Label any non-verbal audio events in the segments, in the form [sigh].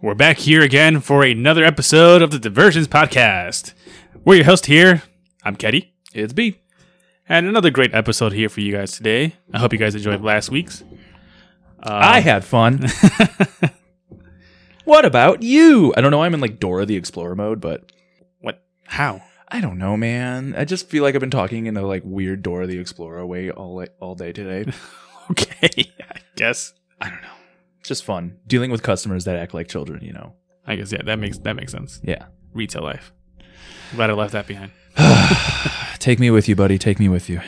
We're back here again for another episode of the Diversions Podcast. We're your host here. I'm Keddy. It's B. And another great episode here for you guys today. I hope you guys enjoyed last week's. Um, I had [laughs] fun. what about you? I don't know. I'm in like Dora the Explorer mode, but What? How? [laughs] I don't know, man. I just feel like I've been talking in a like weird Dora the Explorer way all like, all day [laughs] today. Okay. I guess. I don't know. It's just fun dealing with customers that act like children. You know. I guess yeah. That makes that makes sense. Yeah. Retail life. Glad I left that behind. Take me with you, buddy. Take me with you.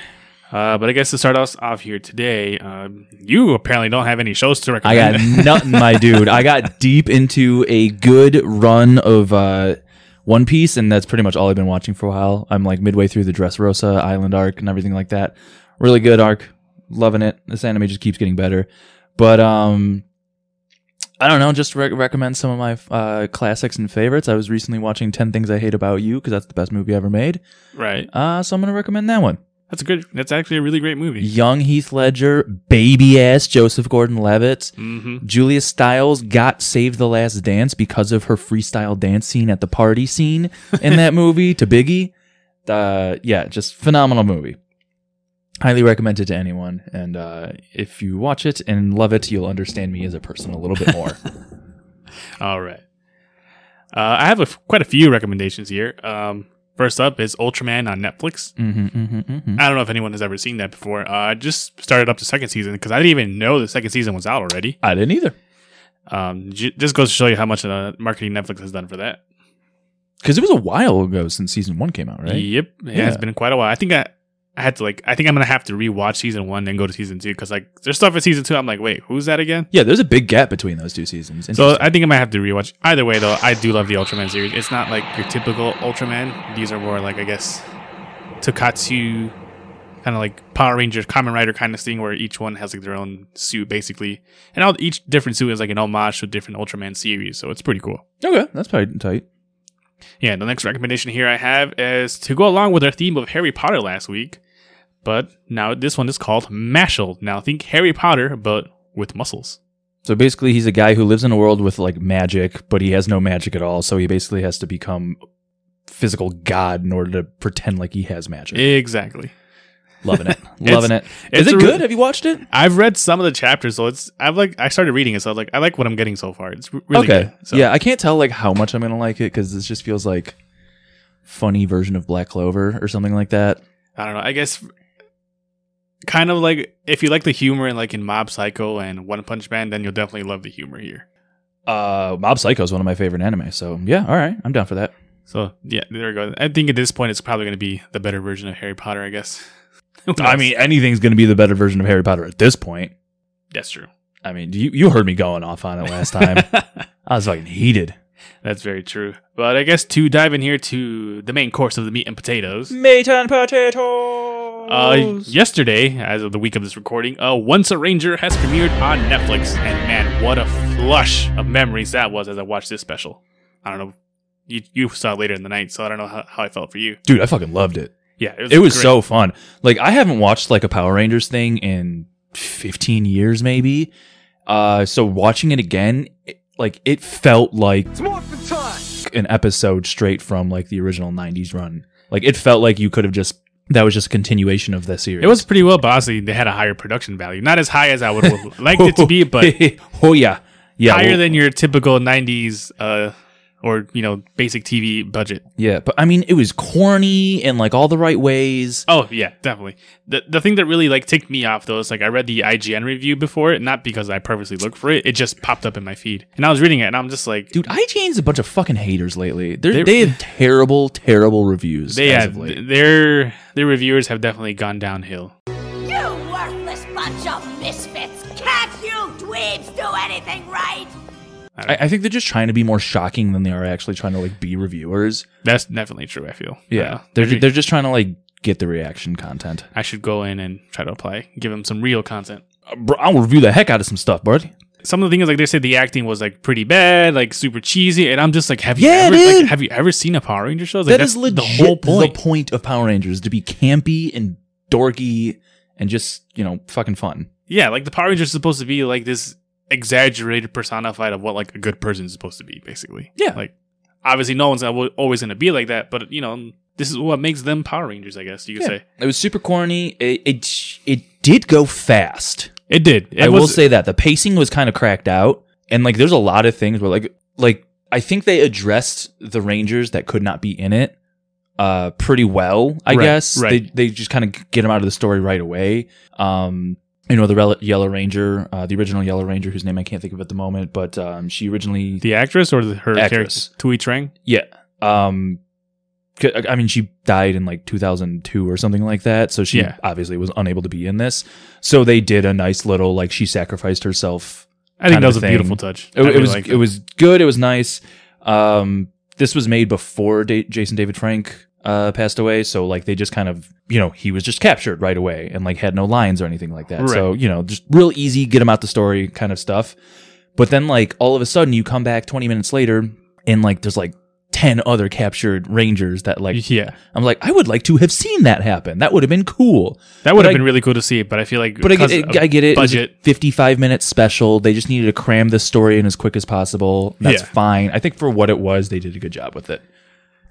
Uh, but I guess to start us off here today, um, you apparently don't have any shows to [laughs] I recommend. got nothing, my dude. I got deep into a good run of uh, One Piece, and that's pretty much all I've been watching for a while. I'm like midway through the Dressrosa Island arc and everything like that. Really good arc, loving it. This anime just keeps getting better. But um, I don't know. Just rec recommend some of my uh, classics and favorites. I was recently watching Ten Things I Hate About You because that's the best movie ever made. right. Uh, so I'm gonna recommend that one. That's a good. That's actually a really great movie. Young Heath Ledger, baby ass Joseph Gordon-Levitt. Mm-hmm. Julia Stiles got saved the last dance because of her freestyle dance scene at the party scene in that movie to Biggie. Uh, yeah, just phenomenal movie. Highly recommend it to anyone. And uh, if you watch it and love it, you'll understand me as a person a little bit more. All right. Uh, I have a f- quite a few recommendations here. Um, first up is Ultraman on Netflix. hmm hmm hmm I don't know if anyone has ever seen that before. Uh, I just started up the second season because I didn't even know the second season was out already. I didn't either. Um, j- just goes to show you how much uh, marketing Netflix has done for that. Because it was a while ago since season one came out, right? Yep, it has Yeah. been quite a while. I think I, I had to like. I think I'm gonna have to rewatch season one and go to season two because like there's stuff in season two. I'm like, wait, who's that again? Yeah, there's a big gap between those two seasons. So Interesting. I think I might have to rewatch. Either way, though, I do love the Ultraman series. It's not like your typical Ultraman. These are more like I guess Tokatsu, kind of like Power Rangers, Kamen Rider kind of thing, where each one has like their own suit basically, and all each different suit is like an homage to a different Ultraman series. So it's pretty cool. okay, that's probably tight. Yeah. The next recommendation here I have is to go along with our theme of Harry Potter last week, but now this one is called Mashal. Now think Harry Potter, but with muscles. So basically, he's a guy who lives in a world with like magic, but he has no magic at all. So he basically has to become physical god in order to pretend like he has magic. Exactly. Loving [laughs] it, loving it. it's Is it a good? re- Have you watched it? I've read some of the chapters, so it's I've like I started reading it, so I was like I like what I'm getting so far. It's re- really okay. good. So, Yeah, I can't tell like how much I'm gonna like it because this just feels like funny version of Black Clover or something like that. I don't know. I guess kind of like if you like the humor and like in Mob Psycho and One Punch Man, then you'll definitely love the humor here. Uh, Mob Psycho is one of my favorite anime. So yeah, all right, I'm down for that. So yeah, there we go. I think at this point it's probably going to be the better version of Harry Potter, I guess. [laughs] Who I knows? mean, anything's gonna be the better version of Harry Potter at this point. that's true. I mean, you you heard me going off on it last time. [laughs] I was fucking heated. [laughs] that's very true. But I guess to dive in here to the main course of the meat and potatoes. Meat and potatoes. Uh, yesterday, as of the week of this recording, uh, Once a Ranger has premiered on Netflix, and man, what a flush of memories that was as I watched this special. I don't know, you you saw it later in the night, so I don't know how, how I felt for you. Dude, I fucking loved it. Yeah, it was, It was great. so fun. Like I haven't watched like a Power Rangers thing in 15 years maybe. Uh so watching it again, it, like it felt like an episode straight from like the original 90s run. Like it felt like you could have just that was just a continuation of the series. It [laughs] was pretty well, but honestly, they had a higher production value, not as high as I would have liked it to [laughs] be, [laughs] but oh yeah. Yeah. higher well- than your typical '90s uh, or you know basic TV budget. yeah, but I mean it was corny in like all the right ways. Oh yeah, definitely. The the thing that really like ticked me off though is like I read the IGN review before it, not because I purposely looked for it. It just popped up in my feed, and I was reading it, and I'm just like, Dude, IGN's a bunch of fucking haters lately. They're- They're, they have terrible, terrible reviews. they as have of late. their their reviewers have definitely gone downhill. You worthless bunch of misfits! Can't you dweebs do anything right? I, I think they're just trying to be more shocking than they are actually trying to like be reviewers. That's definitely true. I feel. Uh, they're they're just trying to like get the reaction content. I should go in and try to apply, give them some real content. Uh, bro, I'll review the heck out of some stuff, bro. Some of the things like they said the acting was like pretty bad, like super cheesy, and I'm just like, have you Yeah, ever like, dude. have you ever seen a Power Ranger show? Like, That that's is legit. The whole point. of Power Rangers to be campy and dorky and just you know fucking fun. yeah, like the Power Rangers is supposed to be like this exaggerated personified of what like a good person is supposed to be, basically. Yeah. Like obviously no one's al- always going to be like that, but you know this is what makes them Power Rangers, I guess you could Yeah. say. It was super corny. It it, it did go fast. It did. It I will was- say that the pacing was kind of cracked out, and like there's a lot of things where like like I think they addressed the Rangers that could not be in it uh pretty well. I Right, guess right. they they just kind of get them out of the story right away. Um, you know the Rel- Yellow Ranger, uh, the original Yellow Ranger, whose name I can't think of at the moment, but um, she originally the actress or the, her Actress. character Tui Trang. yeah. Um, c- I mean, she died in like 2002 or something like that. So she Yeah. obviously was unable to be in this. So they did a nice little like she sacrificed herself. I think Kind that of was a thing. beautiful touch. It, I it really was liked it was good. It was nice. Um, this was made before da- Jason David Frank uh, passed away. So like they just kind of you know he was just captured right away and like had no lines or anything like that. Right. So you know just real easy get him out the story kind of stuff. But then like all of a sudden you come back 20 minutes later and like there's like 10 other captured rangers that like yeah. I'm like I would like to have seen that happen. That would have been cool. That would But have I- been really cool to see, but I feel like But I get because it, of I get it. It was a budget. 55 minute special. They just needed to cram the story in as quick as possible. That's Yeah. fine. I think for what it was, they did a good job with it.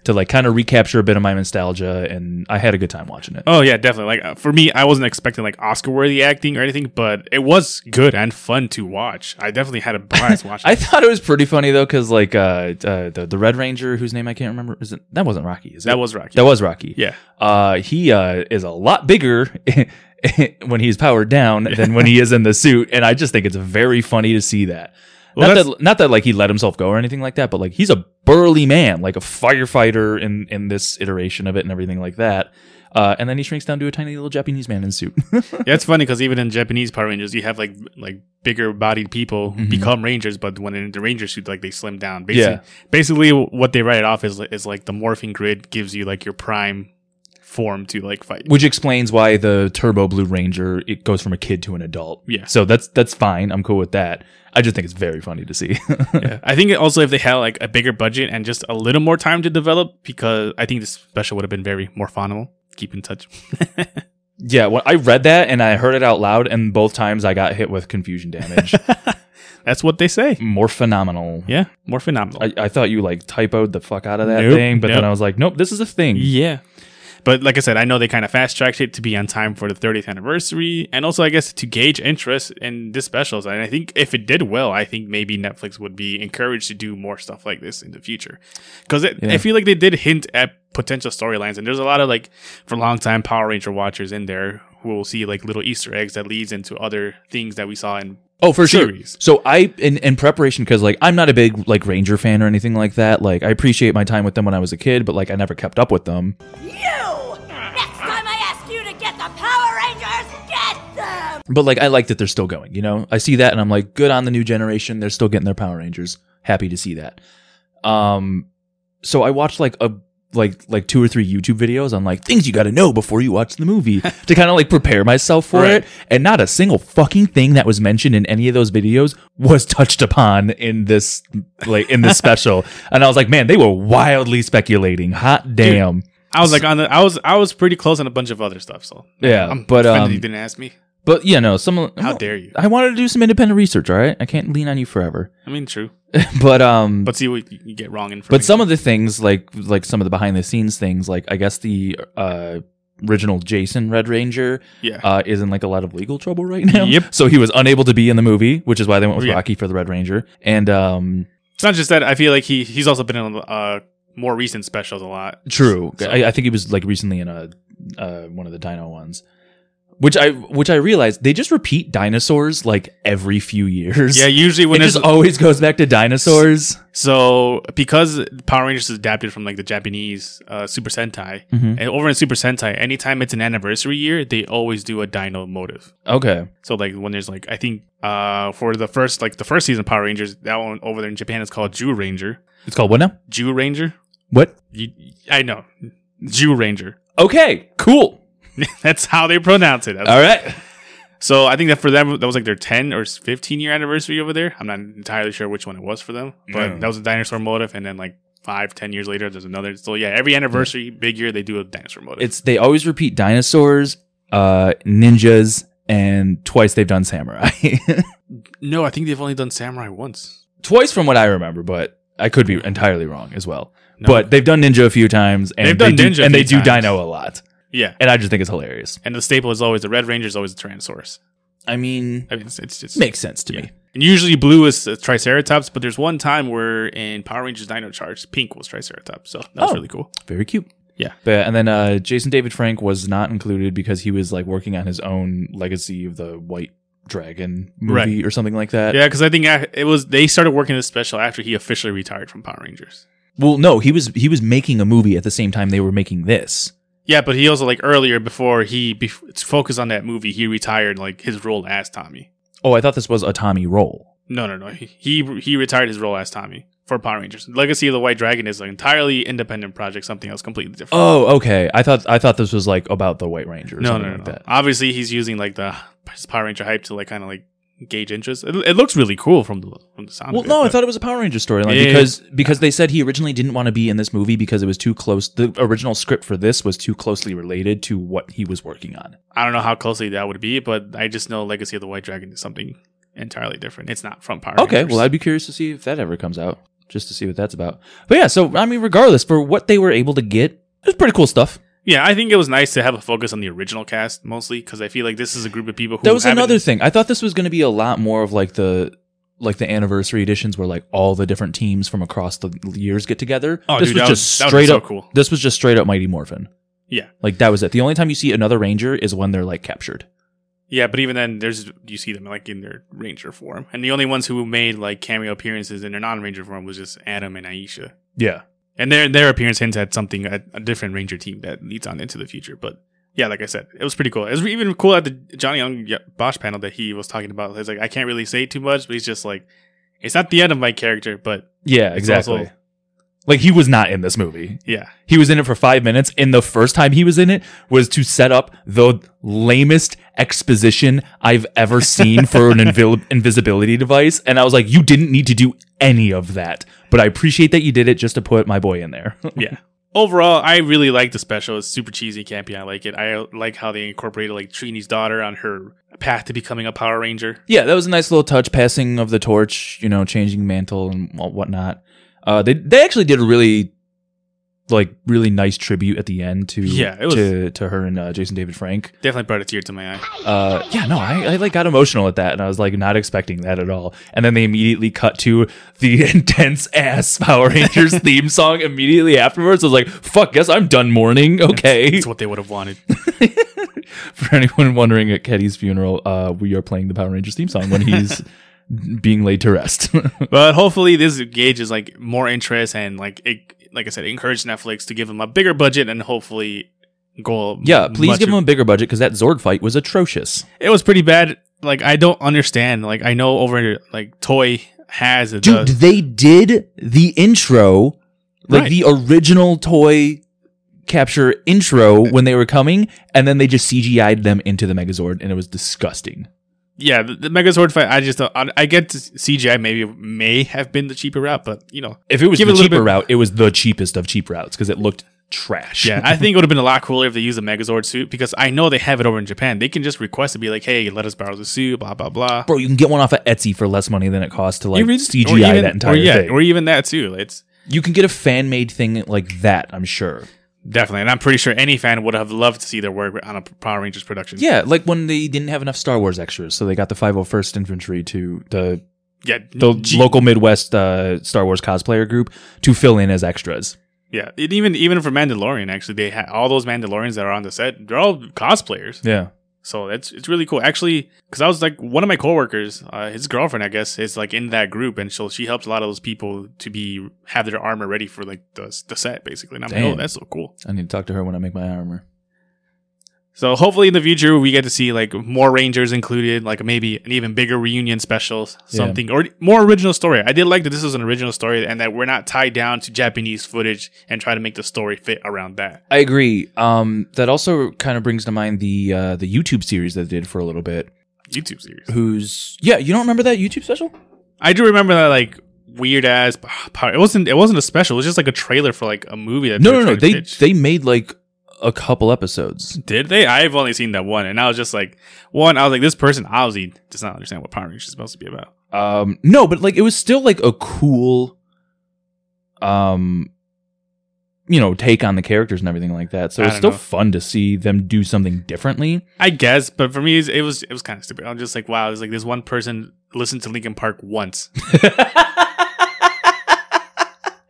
To like kind of recapture a bit of my nostalgia and I had a good time watching it. Oh yeah, definitely. Like uh, for me, I wasn't expecting like Oscar-worthy acting or anything, but it was good and fun to watch. I definitely had a [laughs] blast watching. I it. thought it was pretty funny though, because like uh, uh the, the Red Ranger, whose name I can't remember, is it, that wasn't Rocky, is it? That was Rocky. That was Rocky. yeah, Uh, he uh, is a lot bigger [laughs] when he's powered down than when he is in the suit, and I just think it's very funny to see that. Well, not that's- that, not that like he let himself go or anything like that, but like he's a burly man, like a firefighter in in this iteration of it and everything like that. Uh, and then he shrinks down to a tiny little Japanese man in a suit. [laughs] yeah. It's funny because even in Japanese Power Rangers, you have like like bigger bodied people who Mhm. become Rangers, but when in the Ranger suit, like they slim down. Basically, Yeah. basically what they write it off is li- is like the morphing grid gives you like your prime form to like fight. which explains why the Turbo Blue Ranger it goes from a kid to an adult. Yeah. So that's that's fine. I'm cool with that. I just think it's very funny to see. [laughs] Yeah. I think also if they had like a bigger budget and just a little more time to develop, because I think this special would have been very more phonimal. Keep in touch. [laughs] Yeah, well, I read that and I heard it out loud, and both times I got hit with [laughs] confusion damage. That's what they say. More phenomenal. Yeah, more phenomenal. I, I thought you like typoed the fuck out of that Nope, thing, but nope. then I was like, nope, this is a thing. yeah. But like I said, I know they kind of fast tracked it to be on time for the 30th anniversary, and also I guess to gauge interest in this specials. And I think if it did well, I think maybe Netflix would be encouraged to do more stuff like this in the future. Because Yeah. I feel like they did hint at potential storylines, and there's a lot of like for long time Power Ranger watchers in there who will see like little Easter eggs that leads into other things that we saw in Oh, for Series. sure. So I in, in preparation because like I'm not a big like Ranger fan or anything like that. Like I appreciate my time with them when I was a kid, but like I never kept up with them. You! Next time I ask you to get the Power Rangers, get them! But like I like that they're still going. You know, I see that and I'm like, good on the new generation. They're still getting their Power Rangers. Happy to see that. Um, so I watched like a like like two or three YouTube videos on like things you got to know before you watch the movie [laughs] to kind of like prepare myself for Right. it. And not a single fucking thing that was mentioned in any of those videos was touched upon in this like in [laughs] this special. And I was like, man, they were wildly speculating. Hot damn. I was like on the I was I was pretty close on a bunch of other stuff. So Yeah, I'm but, offended um, you didn't ask me. But you know, some How dare you? I wanted to do some independent research, all right? I can't lean on you forever. I mean, true. But um But see what you get wrong information. But some of the things, like like some of the behind the scenes things, like I guess the uh, original Jason Red Ranger yeah, uh, is in like a lot of legal trouble right now. Yep. So he was unable to be in the movie, which is why they went with Yeah. Rocky for the Red Ranger. And um, it's not just that. I feel like he he's also been in uh more recent specials a lot. true, So- I, I think he was like recently in a uh, one of the Dino ones. Which I which I realized they just repeat dinosaurs like every few years. Yeah, usually [laughs] it when it's just always goes back to dinosaurs. so because Power Rangers is adapted from like the Japanese uh, Super Sentai, Mhm. and over in Super Sentai, anytime it's an anniversary year, they always do a Dino motive. Okay, So like when there's like I think uh for the first like the first season of Power Rangers, that one over there in Japan is called Jew Ranger. it's called what now? Jew Ranger. What? You, I know, Jew Ranger. [laughs] Okay, cool. That's how they pronounce it. That's All right. So I think that for them, that was like their 10 or 15 year anniversary over there. I'm not entirely sure which one it was for them, but No. that was a dinosaur motive. And then like five, 10 years later, there's another. So yeah, every anniversary, big year, they do a dinosaur motive. it's they always repeat dinosaurs, uh, ninjas, and twice they've done samurai. No, I think they've only done samurai once. [laughs] Twice from what I remember, but I could be entirely wrong as well. No. But they've done ninja a few times, and They've they done do, ninja a and they few do times. dino a lot, yeah, and I just think it's hilarious. and the staple is always the red ranger is always the tyrannosaurus. I mean, I mean, it's it's, it's makes sense to yeah. me. And usually blue is uh, triceratops, but there's one time where in Power Rangers Dino Charge, pink was triceratops, so that was Oh. really cool. Very cute. Yeah. But, and then uh, Jason David Frank was not included because he was like working on his own legacy of the White Dragon movie or something like that. Yeah, because I think I, it was they started working this special after he officially retired from Power Rangers. Well, no, he was he was making a movie at the same time they were making this. Yeah, but he also like earlier before he bef- to focus on that movie, he retired like his role as Tommy. Oh, I thought this was a Tommy role. No, no, no. He he, he retired his role as Tommy for Power Rangers. Legacy of the White Dragon is an entirely independent project, something else completely different. Oh, okay. I thought I thought this was like about the White Ranger or no, something no, no, like no. that. Obviously, he's using like the his Power Ranger hype to like kind of like gauge interest. It, it looks really cool from the from the sound. Well, of it, no, I but- thought it was a Power Ranger storyline Yeah, yeah, because because they said he originally didn't want to be in this movie because it was too close. The original script for this was too closely related to what he was working on. I don't know how closely that would be, but I just know Legacy of the White Dragon is something entirely different. It's not from Power Okay, Rangers. well, I'd be curious to see if that ever comes out, just to see what that's about. But yeah, so I mean, regardless, for what they were able to get, it was pretty cool stuff. yeah, I think it was nice to have a focus on the original cast mostly because I feel like this is a group of people who that was haven't- another thing. I thought this was going to be a lot more of like the like the anniversary editions where like all the different teams from across the years get together. Oh, this dude, was that was- just that was straight so up cool. This was just straight up Mighty Morphin. Yeah, Like that was it. The only time you see another ranger is when they're like captured. yeah, but even then, there's you see them like in their Ranger form, and the only ones who made like cameo appearances in their non-Ranger form was just Adam and Aisha, Yeah. and their their appearance hints at something a, a different Ranger team that leads on into the future, but. Yeah, like I said, it was pretty cool. It was even cool at the Johnny Young yeah, Bosch panel that he was talking about. He's like, I can't really say too much, but he's just like, it's not the end of my character, but Yeah, It's exactly. also- like he was not in this movie. yeah, He was in it for five minutes, and the first time he was in it was to set up the lamest exposition I've ever [laughs] seen for an invil- invisibility device. And I was like, you didn't need to do any of that, but I appreciate that you did it just to put my boy in there. [laughs] yeah. Overall, I really like the special. It's super cheesy, campy. I like it. I like how they incorporated like Trini's daughter on her path to becoming a Power Ranger. yeah, that was a nice little touch, passing of the torch, you know, changing mantle and wha- whatnot. Uh, they they actually did a really, like, really nice tribute at the end to Yeah, it was- to, to her and uh, Jason David Frank. Definitely brought a tear to my eye. uh yeah no I, I like got emotional at that and i was like not expecting that at all and then they immediately cut to the [laughs] intense ass [laughs] power rangers theme song immediately afterwards i was like fuck guess i'm done mourning okay [laughs] It's what they would have wanted. [laughs] for anyone wondering at Keddie's funeral uh we are playing the power rangers theme song when [laughs] he's being laid to rest [laughs] but hopefully, this gauges like more interest and like it, like I said, encourage Netflix to give them a bigger budget and hopefully go. yeah please much- give him a bigger budget because that zord fight was atrocious It was pretty bad. Like I don't understand. Like I know over like Toy has it. dude does. they did the intro like Right. the original toy capture intro when they were coming and then they just cgi'd them into the megazord and it was disgusting yeah, the, the Megazord fight. I just don't, I, I get to CGI maybe may have been the cheaper route, but you know, if it was Give it the a little cheaper bit- route it was the cheapest of cheap routes because it looked [laughs] trash yeah, I think it would have been a lot cooler if they used a Megazord suit because I know they have it over in Japan. They can just request to be like, hey, let us borrow the suit, blah blah blah. bro you can get one off of etsy for less money than it costs to like Even- cgi or even- that entire or, yeah, thing or even that too. It's you can get a fan-made thing like that i'm sure definitely, and I'm pretty sure any fan would have loved to see their work on a Power Rangers production. yeah like when they didn't have enough star wars extras so they got the 501st infantry to the yeah, the G- local Midwest uh, Star Wars cosplayer group to fill in as extras. yeah, and even even for Mandalorian, actually, they had all those Mandalorians that are on the set. They're all cosplayers. Yeah. So that's it's really cool, actually, because I was like one of my coworkers, uh, his girlfriend, I guess, is like in that group, and so she helps a lot of those people to be have their armor ready for like the the set, basically. And I'm like, Damn. oh, that's so cool. I need to talk to her when I make my armor. So hopefully in the future we get to see like more Rangers included, like maybe an even bigger reunion special, something or more original story. I did like that this is an original story and that we're not tied down to Japanese footage and try to make the story fit around that. I agree. Um, that also kind of brings to mind the uh, the YouTube series that they did for a little bit. YouTube series. Who's yeah? You don't remember that YouTube special? I do remember that like weird ass. It wasn't. It wasn't a special. It was just like a trailer for like a movie. That No, were no, no. trying to They pitch. they made like a couple episodes. Did they? I've only seen that one, and I was just like, one. I was like, this person obviously does not understand what Power Rangers is supposed to be about. Um, no, but like it was still like a cool, um, you know, take on the characters and everything like that. So I it's don't still know. fun to see them do something differently. I guess, but for me, it was it was kind of stupid. I'm just like, wow, it's like this one person listened to Linkin Park once.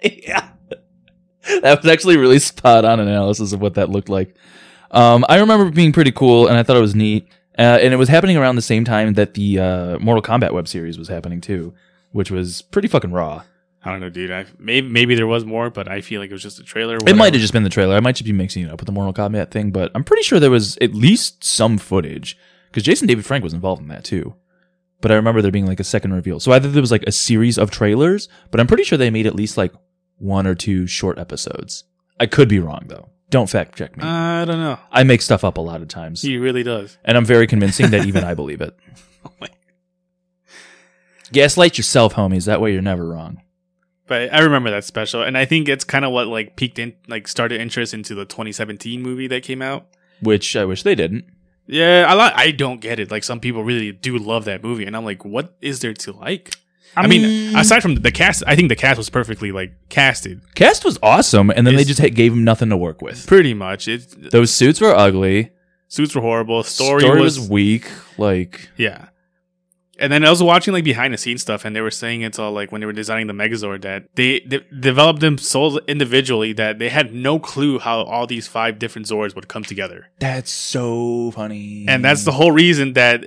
yeah, that was actually really spot on analysis of what that looked like. Um, I remember it being pretty cool, and I thought it was neat. Uh, and it was happening around the same time that the uh, Mortal Kombat web series was happening too, which was pretty fucking raw. I don't know, dude. I maybe maybe there was more, but I feel like it was just a trailer. It might have just been the trailer. I might just be mixing it up with the Mortal Kombat thing, but I'm pretty sure there was at least some footage because Jason David Frank was involved in that too. But I remember there being like a second reveal. So either there was like a series of trailers, but I'm pretty sure they made at least like one or two short episodes. I could be wrong though. Don't fact check me. I don't know. I make stuff up a lot of times, He really does. and I'm very convincing that even I believe it. my- Gaslight yourself, homies. That way you're never wrong. But I remember that special, and I think it's kind of what like peaked in, like started interest into the 2017 movie that came out. Which I wish they didn't. Yeah, I li- I don't get it. Like some people really do love that movie, and I'm like, what is there to like? I, mean, aside from the cast, I think the cast was perfectly like casted. Cast was awesome, and then they It's- just ha- gave him nothing to work with. Pretty much, it Those suits were ugly. suits were horrible. Story, was, weak. Like, yeah. And then I was watching like behind the scenes stuff, and they were saying it's all like when they were designing the Megazord that they, they developed them so individually that they had no clue how all these five different Zords would come together. that's so funny. and that's the whole reason that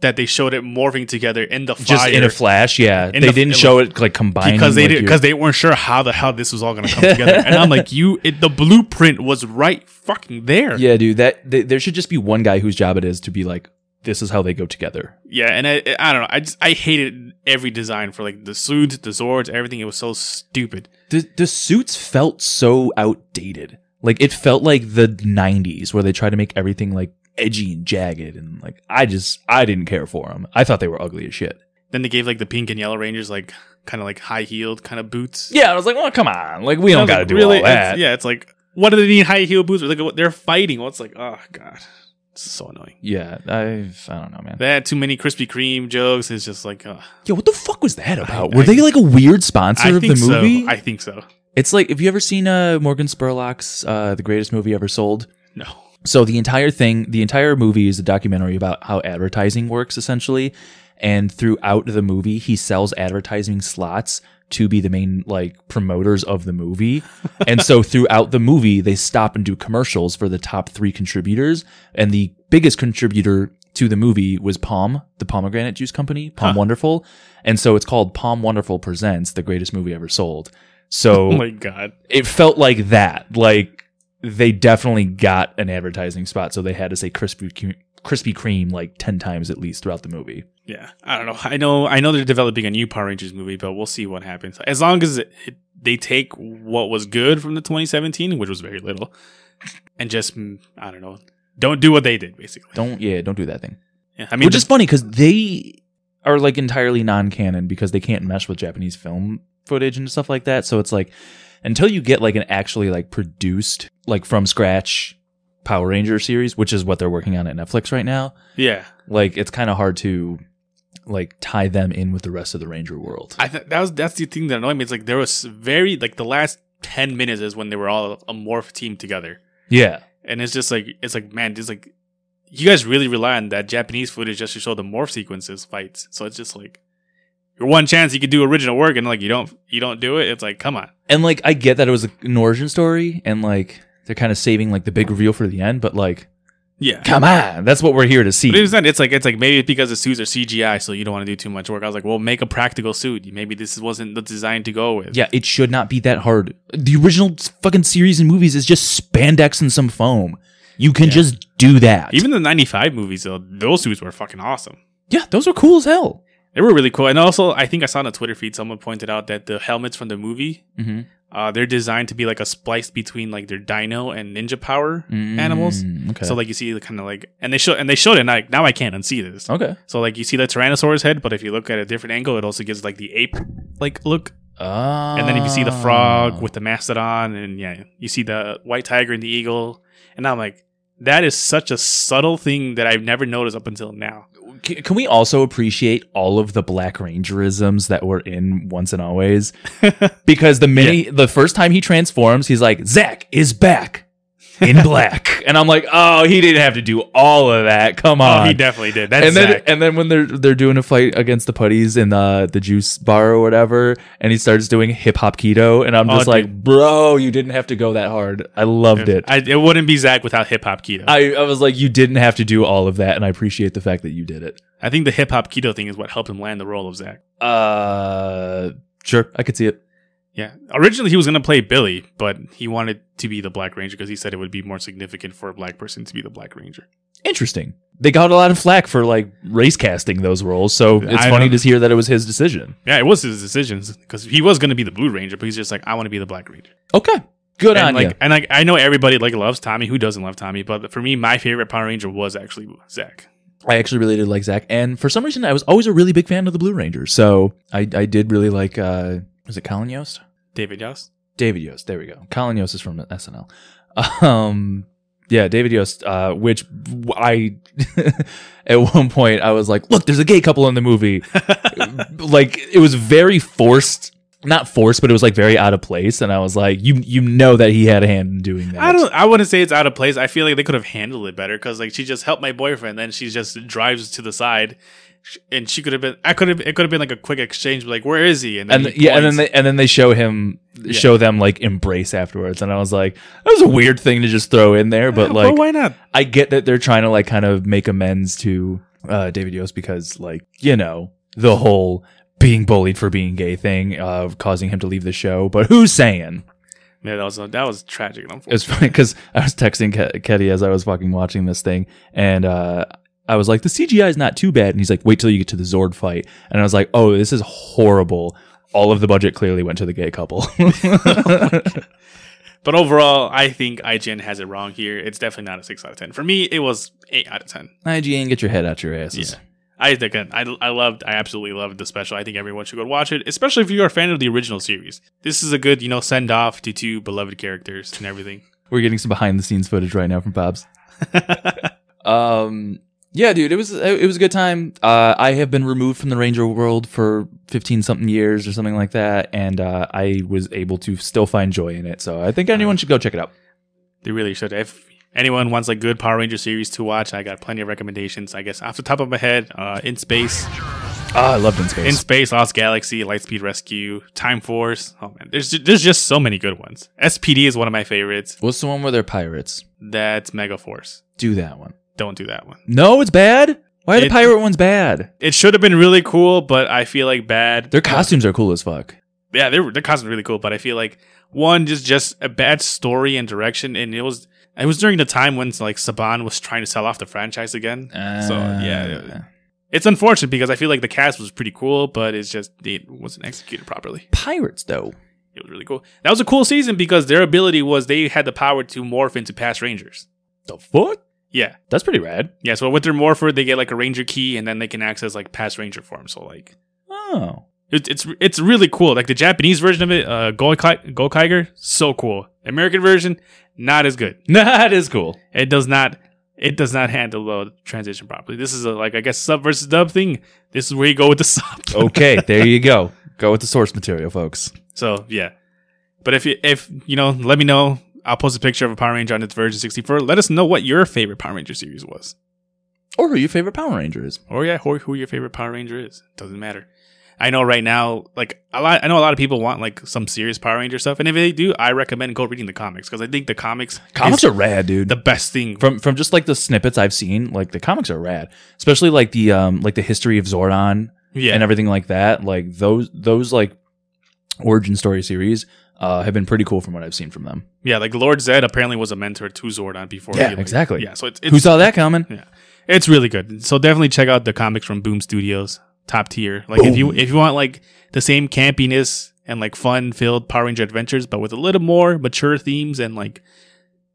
that they showed it morphing together in the fire just in a flash. Yeah, In they the- didn't it show it like combined because they like, did your- because they weren't sure how the hell this was all going to come together. And I'm like, you, it, the blueprint was right fucking there. yeah, dude. That th- there should just be one guy whose job it is to be like, this is how they go together. Yeah, and I, I don't know. I just I hated every design for like the suits, the Zords, everything. It was so stupid. The the suits felt so outdated. Like it felt like the '90s where they tried to make everything like edgy and jagged, and like I just I didn't care for them. I thought they were ugly as shit. Then they gave like the pink and yellow Rangers like kind of like high heeled kind of boots. Yeah, I was like, well, come on. Like, we And I don't was got to like, do all It's- that. yeah, it's like what do they need high heel boots? Like what- they're fighting. Well, it's like oh god, it's so annoying. Yeah, I've, I don't know, man. They had too many Krispy Kreme jokes. It's just like uh, Yo, what the fuck was that about? I- Were they like a weird sponsor I of the think movie? so. I think so. it's like, have you ever seen uh, Morgan Spurlock's uh, The Greatest Movie Ever Sold? No. So the entire thing, the entire movie is a documentary about how advertising works, essentially. And throughout the movie, he sells advertising slots to be the main like promoters of [laughs] the movie. and so throughout the movie, they stop and do commercials for the top three contributors. And the biggest contributor to the movie was Palm, the pomegranate juice company, Palm Huh. Wonderful. And so it's called Palm Wonderful Presents the Greatest Movie Ever Sold. So [laughs] Oh my god. it felt like that. Like they definitely got an advertising spot, so they had to say Krispy Kreme- Krispy Kreme like ten times at least throughout the movie. Yeah, I don't know. I know. I know they're developing a new Power Rangers movie, but we'll see what happens. As long as it, they take what was good from the 2017, which was very little, and just mm, I don't know, don't do what they did basically. Don't yeah, don't do that thing. Yeah, I mean, Which is funny because they are like entirely non-canon because they can't mesh with Japanese film footage and stuff like that. So it's like until you get like an actually like produced like from scratch Power Ranger series, which is what they're working on at Netflix right now. yeah, Like it's kind of hard to like tie them in with the rest of the Ranger world. I th- that was that's the thing that annoyed me. It's like there was very like the last 10 minutes is when they were all a morph team together, yeah. and it's just like it's like man, it's like you guys really rely on that Japanese footage just to show the morph sequences fights. So it's just like your one chance you could do original work, and like you don't you don't do it. It's like come on. And like I get that it was an origin story and like they're kind of saving like the big reveal for the end, but like Yeah. come on, that's what we're here to But see. it's not. It's like it's like maybe it's because the suits are CGI, so you don't want to do too much work. I was like, well, make a practical suit. Maybe this wasn't the design to go with. Yeah, it should not be that hard. The original s- fucking series and movies is just spandex and some foam. You can Yeah. just do that. Even the '95 movies, though, those suits were fucking awesome. yeah, those are cool as hell. They were really cool. And also, I think I saw on a Twitter feed someone pointed out that the helmets from the movie, Mm-hmm. uh, they're designed to be like a splice between like their Dino and Ninja Power Mm-hmm. animals. Mm, Okay. So like you see the kind of like, and they show and they showed it. And like now I can't unsee this. okay. So like you see the Tyrannosaurus head, but if you look at a different angle, it also gives like the ape like look. Oh. and then if you see the frog with the mastodon and yeah you see the white tiger and the eagle and i'm like that is such a subtle thing that i've never noticed up until now C- Can we also appreciate all of the Black Rangerisms that were in Once and [laughs] Always? Because the minute, the first time he transforms, he's like, Zach is back [laughs] in black. and I'm like, oh, he didn't have to do all of that. Come oh on. he definitely did that's and then, Zach. and then when they're they're doing a fight against the putties in the the juice bar or whatever, and he starts doing hip hop keto, and I'm Oh, just like, bro, you didn't have to go that hard. I loved it. I, it wouldn't be zach without hip-hop keto I, I, I was like, you didn't have to do all of that, and I appreciate the fact that you did it. think the hip-hop keto thing is what helped him land the role of zach Uh, sure, I could see it. yeah originally he was going to play billy but he wanted to be the black ranger because he said it would be more significant for a black person to be the black ranger Interesting. They got a lot of flack for like race casting those roles, so it's I funny don't- to hear that it was his decision. yeah it was his decisions because he was going to be the blue ranger but he's just like i want to be the black ranger Okay, good and on like you. and like I know everybody like loves Tommy. Who doesn't love Tommy? But for me, my favorite Power Ranger was actually Zach. I actually really did like Zach, and for some reason, I was always a really big fan of the Blue Ranger, so I, I did really like. uh Was it Colin Yost? David Yost. David Yost. There we go. Colin Yost is from SNL. Um, yeah, David Yost. Uh, which I [laughs] at one point I was like, look, there's a gay couple in [laughs] the movie. like it was very forced, not forced, but it was like very out of place. And I was like, you you know that he had a hand in doing that. I don't. I wouldn't say it's out of place. I feel like they could have handled it better because like she just helped my boyfriend, then she just drives to the side, sh- and she could have been. I could have. It could have been like a quick exchange, like where is he? And he yeah, and points. then they, and then they show him show them like embrace afterwards, and I was like, that was a weird thing to just throw in there, but Yeah, like, why not? I get that they're trying to like kind of make amends to uh, David Yost because like you know the whole being bullied for being gay thing, uh, causing him to leave the show. But who's saying? Yeah, that was that was tragic. and unfortunate. It's funny because I was texting Ke- Ketty as I was fucking watching this thing, and uh, I was like, the CGI is not too bad, and he's like, wait till you get to the Zord fight, and I was like, oh, this is horrible. All of the budget clearly went to the gay couple. [laughs] But overall, I think IGN has it wrong here. It's definitely not a six out of ten. For me, it was eight out of ten. IGN, get your head out your asses. Yeah. I think I, I loved, I absolutely loved the special. I think everyone should go watch it, especially if you're a fan of the original series. This is a good, you know, send off to two beloved characters and everything. We're getting some behind the scenes footage right now [laughs] from Bob's. um, yeah, dude, it was it was a good time. Uh, I have been removed from the Ranger world for fifteen something years or something like that, and uh, I was able to still find joy in it. So I think Uh-huh. anyone should go check it out. They really should. If anyone wants a good Power Ranger series to watch, I got plenty of recommendations. I guess off the top of my head, uh, In Space, Ah, I loved In In Space. Space, Lost Galaxy, Lightspeed Rescue, Time Force. Oh man, there's just, there's just so many good ones. SPD is one of my favorites. What's the one where they're pirates? That's Mega Force. Do that one. Don't do that one. No, it's bad. Why are the It- pirate ones bad? It should have been really cool, but I feel like bad. Their costumes are cool as fuck. yeah, their their costumes are really cool, but I feel like one just just a bad story and direction, and it was it was during the time when like Saban was trying to sell off the franchise again. so Uh, yeah, it's unfortunate because I feel like the cast was pretty cool, but it's just it wasn't executed properly. pirates though. It was really cool. That was a cool season because their ability was they had the power to morph into past rangers. The fuck? Yeah, That's pretty rad. yeah. So with their morpher, they get like a ranger key, and then they can access like past ranger form. So like. Oh, It's it's it's really cool. Like the Japanese version of it, uh, Golkai- Golkiger, so cool. American version, not as good. [laughs] that is cool. It does not it does not handle the transition properly. This is a, like I guess sub versus dub thing. This is where you go with the [laughs] sub. okay, there you go. Go with the source material, folks. So yeah, but if you if you know, let me know. I'll post a picture of a Power Ranger on its version 64. Let us know what your favorite Power Ranger series was. Or who your favorite Power Ranger is. or Oh, yeah, or who your favorite Power Ranger is. Doesn't matter. I know right now, like a lot, I know a lot of people want like some serious Power Ranger stuff, and if they do, I recommend go reading the comics because I think the comics Comics is are rad, dude. the best thing. from from just like the snippets I've seen, like the comics are rad. Especially like the um like the history of Zordon yeah, and everything like that. Like those those like origin story series uh have been pretty cool from what I've seen from them. yeah, like Lord Zed apparently was a mentor to Zordon before. Yeah, like- exactly. Yeah, so it's it's, who saw that coming? it's really good. So definitely check out the comics from Boom Studios, top tier. Like if you Boom. if you want like the same campiness and like fun filled Power Ranger adventures, but with a little more mature themes and like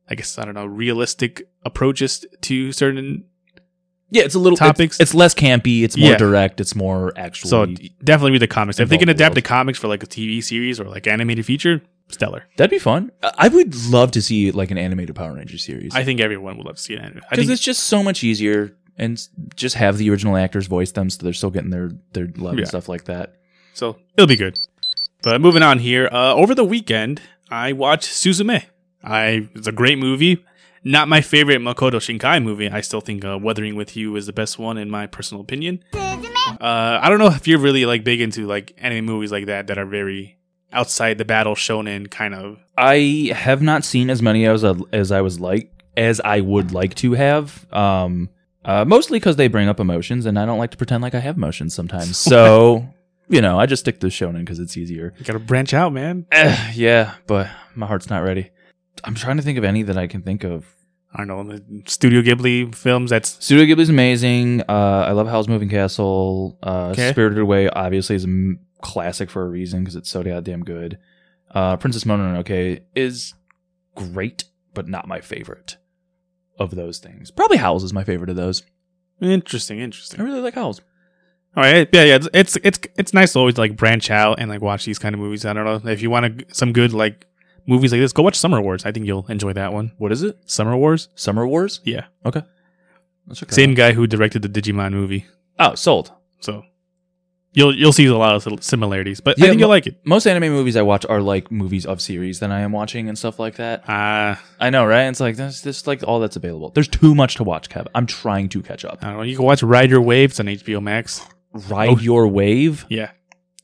I guess I don't know realistic approaches to certain Yeah, it's a little Topics? It's, it's less campy. It's more Yeah. direct. It's more actually. So d- definitely read the comics. If they can Involve the adapt the world. comics for like a TV series or like animated feature, stellar. That'd be fun. I- I would love to see like an animated Power Ranger series I think everyone would love to see an anime. I because think it's just so much easier and s- just have the original actors voice them, so they're still getting their their love Yeah. and stuff like that. So it'll be good. But moving on here, uh, over the weekend I watched Suzume. I it's a great movie. Not my favorite Makoto Shinkai movie. I still think uh, Weathering with You is the best one in my personal opinion. Uh, I don't know if you're really like big into like anime movies like that that are very outside the battle shonen kind of. I have not seen as many as I, as I was like as I would like to have. Um, uh, mostly because they bring up emotions, and I don't like to pretend like I have [laughs] emotions sometimes. So you know, I just stick to shonen because it's easier. You gotta branch out, man. Eh, yeah, but my heart's not ready. I'm trying to think of any that I can think of. I don't know the Studio Ghibli films. That's Studio Ghibli's amazing. Uh, I love Howl's Moving Castle. Uh, Okay. Spirited Away obviously is a m- classic for a reason because it's so goddamn good. Uh, Princess Mononoke is great, but not my favorite of those things. Probably Howl's is my favorite of those. interesting. I Interesting. really like Howl's. All right, yeah, yeah, it's- it's it's it's nice to always like branch out and like watch these kind of movies. I don't know if you want to, some good like movies like this, go watch Summer Wars. I think you'll enjoy that one. What is it? Summer Wars, Summer Wars? yeah, Let's check that same out. guy who directed the Digimon movie, Oh, sold. so you'll you'll see a lot of sil- similarities. But I Yeah, think you'll mo- like it. Most anime movies I watch are like movies of series that I am watching and stuff like that. Ah, I know, right? It's like that's just like all that's available. There's too much to watch, Kev. I'm trying to catch up. I don't know. You can watch Ride Your Waves on HBO Max. Ride Oh. Your Wave Yeah,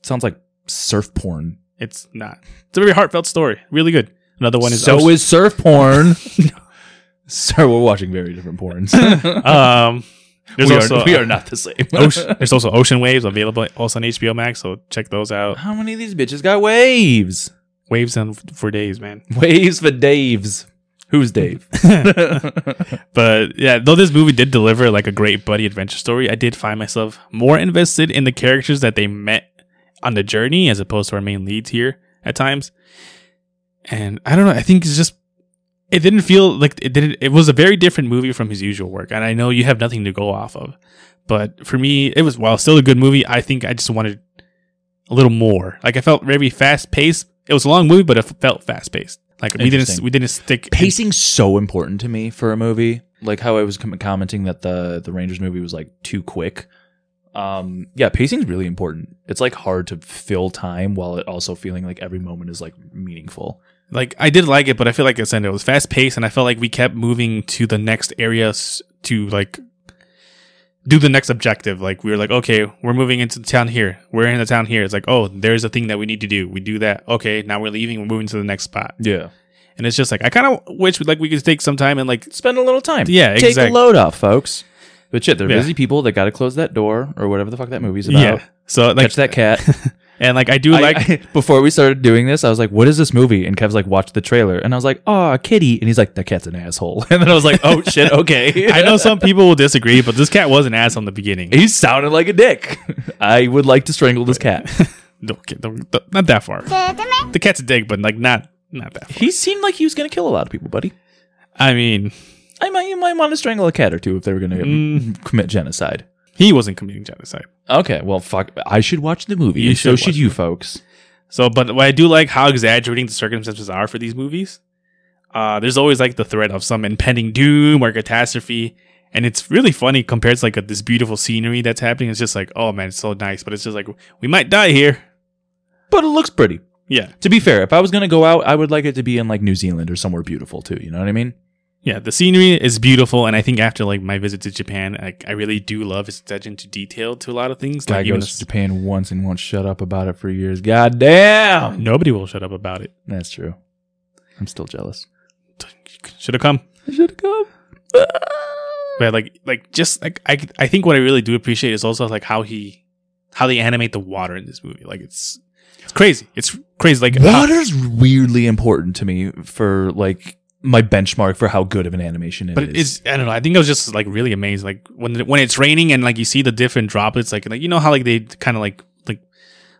sounds like surf porn. it's not. It's a very heartfelt story. Really good. Another one is so Ocean- is surf porn. [laughs] Sir, we're watching very different [laughs] porns. [laughs] um. There's we, also are, [laughs] we are not the same. Ocean, there's also Ocean Waves available also on HBO Max, so check those out. How many of these bitches got waves? Waves on for days, man. Waves for Dave's. Who's [laughs] Dave? But yeah, though this movie did deliver like a great buddy adventure story, I did find myself more invested in the characters that they met on the journey as opposed to our main leads here at times. And I don't know, I think it's just it didn't feel like it didn't it was a very different movie from his usual work. And I know you have nothing to go off of. But for me, it was while still a good movie, I think I just wanted a little more. Like I felt very fast paced. It was a long movie, but it felt fast paced. Like we didn't Interesting. we didn't stick Pacing's so important to me for a movie. Like how I was com- commenting that the the Rangers movie was like too quick. Um, yeah, pacing's really important. It's like hard to fill time while it also feeling like every moment is like meaningful. like I did like it, but I feel like I said it was fast paced, and I felt like we kept moving to the next areas to like do the next objective. Like we were like, okay, we're moving into the town here. We're in the town here. It's like, oh, there's a thing that we need to do. We do that. Okay, now we're leaving. We're moving to the next spot, Yeah, and it's just like I kind of wish like we could take some time and like spend a little time. Yeah, take exact- a load off, folks. But shit, they're Yeah. busy people. They got to close that door or whatever the fuck that movie's about. yeah. So like Catch that cat. [laughs] and like I do I- like I- [laughs] before we started doing this, I was like, "What is this movie?" And Kev's like, "Watch the trailer." And I was like, "Oh, a kitty." And he's like, "That cat's an asshole." [laughs] And then I was like, "Oh shit, okay." I know some people will disagree, but this cat was an ass on the beginning. [laughs] He sounded like a dick. [laughs] I would like to strangle this [laughs] cat. No, okay, no, no, not that far. The cat's a dick, but like not not that. Far. he seemed like he was going to kill a lot of people, buddy. I mean, I might, you might want to strangle a cat or two if they were going to commit genocide. he wasn't committing genocide. Okay, well, fuck. I should watch the movie. You and so should should watch you, folks. So, but what I do like how exaggerating the circumstances are for these movies. Uh, there's always like the threat of some impending doom or catastrophe, and it's really funny compared to like this beautiful scenery that's happening. It's just like, oh man, it's so nice, but it's just like we might die here. But it looks pretty. Yeah, To be fair, if I was going to go out, I would like it to be in like New Zealand or somewhere beautiful too. You know what I mean? yeah. The scenery is beautiful, and I think after like my visit to Japan, like I really do love his attention to detail to a lot of things. Guy Like even goes to the- Japan once and won't shut up about it for years. God damn. nobody will shut up about it. That's true. I'm still jealous. Should have come. I should have [laughs] come. But like, like just like I, I think what I really do appreciate is also like how he, how they animate the water in this movie. Like it's, it's crazy. It's crazy. Like how- Water's weirdly important to me for like my benchmark for how good of an animation it but is. it's I don't know. I think I was just like really amazed. Like when when it's raining and like you see the different droplets. Like like you know how like they kind of like like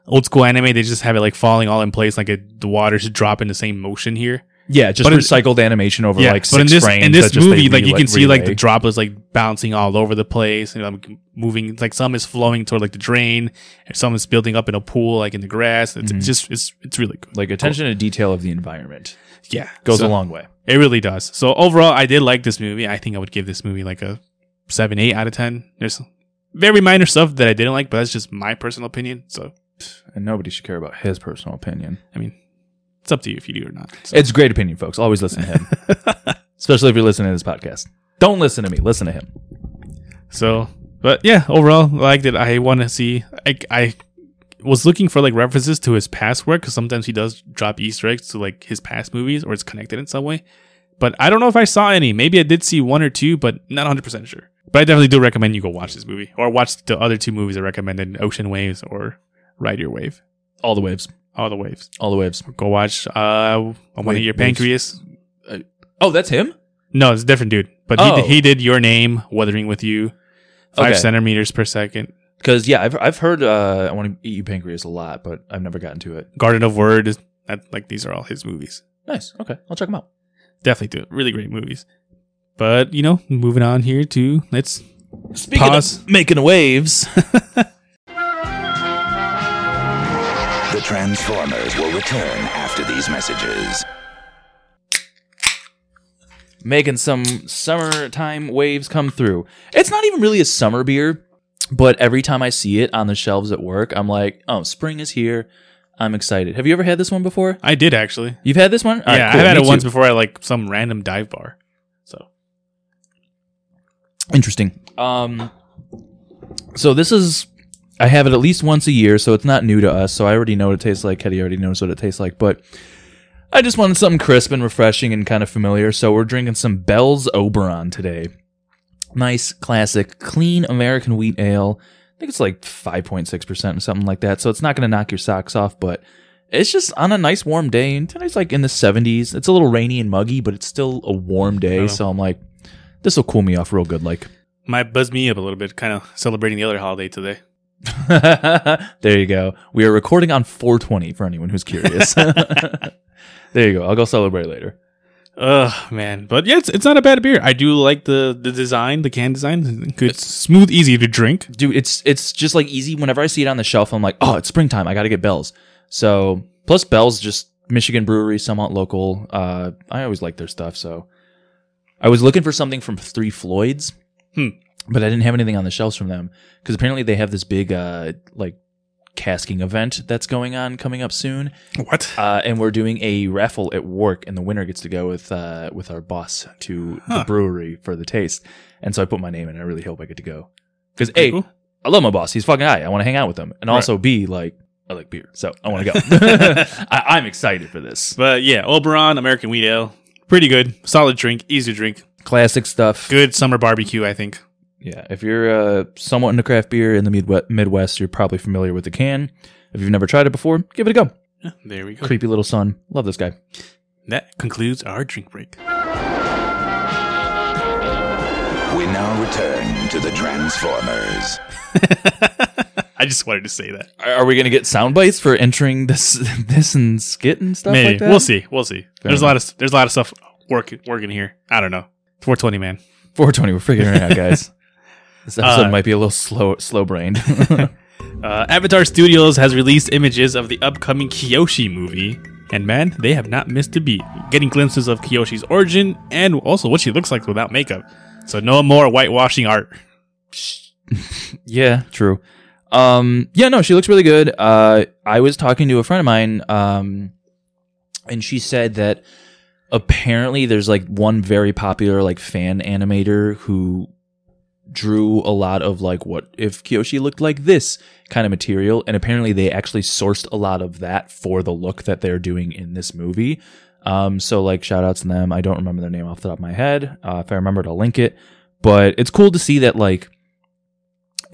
old school anime. They just have it like falling all in place. Like it, the water's drop in the same motion here. Yeah, just But in- recycled animation over like six but in this frames. in this that just they movie, like re- you can see like the relay. droplets like bouncing all over the place and like moving. Like some is flowing toward like the drain, and some is building up in a pool, like in the grass. Mm-hmm. It's, it's just it's it's really good. like attention to detail of the environment yeah, goes so a long way. It really does. So overall, I did like this movie. I think I would give this movie like a seven, eight out of ten. There's very minor stuff that I didn't like, but that's just my personal opinion. So And nobody should care about his personal opinion. I mean, it's up to you if you do or not. So- It's great opinion, folks. Always listen to [laughs] him, especially if you're listening to this podcast. Don't listen to me. Listen to him. So, but yeah, overall, I liked it. I want to see. I, I was looking for like references to his past work because sometimes he does drop Easter eggs to like his past movies or it's connected in some way. But I don't know if I saw any. Maybe I did see one or two, but not 100% sure. But I definitely do recommend you go watch this movie or watch the other two movies I recommended Ocean Waves or Ride Your Wave. All the waves. All the waves. All the waves. Go watch uh, I Want Wait, to Your waves. Pancreas. Oh, that's him. No, it's a different dude. But he, Oh. he did Your Name, Weathering with You, five Okay. centimeters per second. Because yeah, I've I've heard uh, I want to eat you pancreas a lot, but I've never gotten to it. Garden of Word. is- That, like these are all his movies. Nice. Okay, I'll check him out. Definitely do really great movies. But you know, moving on here to let's Speaking Pause. of making waves, [laughs] The Transformers will return after these messages. making some summertime waves come through. It's not even really a summer beer, but every time I see it on the shelves at work, I'm like, oh, spring is here. I'm excited. Have you ever had this one before? I did actually. You've had this one? All right, yeah, cool, I've had me it too. once before at like some random dive bar. So Interesting. Um, so this is I have it at least once a year, so it's not new to us. So I already know what it tastes like. Hetty already knows what it tastes like, but I just wanted something crisp and refreshing and kind of familiar. So we're drinking some Bell's Oberon today. Nice, classic, clean American wheat ale. I think it's like 5.6% or something like that. So it's not going to knock your socks off, but it's just on a nice warm day. And tonight's like in the 70s. It's a little rainy and muggy, but it's still a warm day. know. So I'm like, this will cool me off real good. Like, might buzz me up a little bit, kind of celebrating the other holiday today. [laughs] there you go. We are recording on 420 for anyone who's curious. [laughs] there you go. I'll go celebrate later. Ugh, man. But yeah, it's, it's not a bad beer. I do like the the design, the can design. Good, smooth, easy to drink. Dude, it's it's just like easy. Whenever I see it on the shelf, I'm like, oh, it's springtime. I got to get Bell's. So plus Bell's, just Michigan brewery, somewhat local. Uh, I always like their stuff. So I was looking for something from Three Floyds, Hmm. but I didn't have anything on the shelves from them because apparently they have this big uh like casking event that's going on coming up soon. What? uh, and we're doing a raffle at work, and the winner gets to go with uh, with our boss to the Huh. brewery for the taste. And so I put my name in. I really hope I get to go because Pretty a cool. I love my boss. He's fucking high. I want to hang out with him, and Right. also b like I like beer, so I [laughs] want to go. I, I'm excited for this But yeah, Oberon American Wheat Ale, pretty good, solid drink, easy to drink, classic stuff. good summer barbecue. I think. Yeah, if you're uh, somewhat into craft beer in the Midwest, Midwest, you're probably familiar with the can. If you've never tried it before, give it a go. There we go. Creepy little son, love this guy. That concludes our drink break. We now return to the Transformers. I just wanted to say that. Are we gonna get sound bites for entering this [laughs] this and skit and stuff Maybe like that? we'll see. We'll see. there's a lot of there's a lot of stuff working working here. I don't know. 420 man. 420. We're figuring it out, guys. this episode Uh, might be a little slow, slow brained. [laughs] Uh, Avatar Studios has released images of the upcoming Kyoshi movie, and man, they have not missed a beat. Getting glimpses of Kyoshi's origin and also what she looks like without makeup. So no more whitewashing art. yeah, true. Um, yeah, no, she looks really good. Uh, I was talking to a friend of mine, um, and she said that apparently there's like one very popular like fan animator who drew a lot of like what if Kyoshi looked like this kind of material and apparently they actually sourced a lot of that for the look that they're doing in this movie um so like shout outs to them I don't remember their name off the top of my head uh, if I remember to link it but it's cool to see that like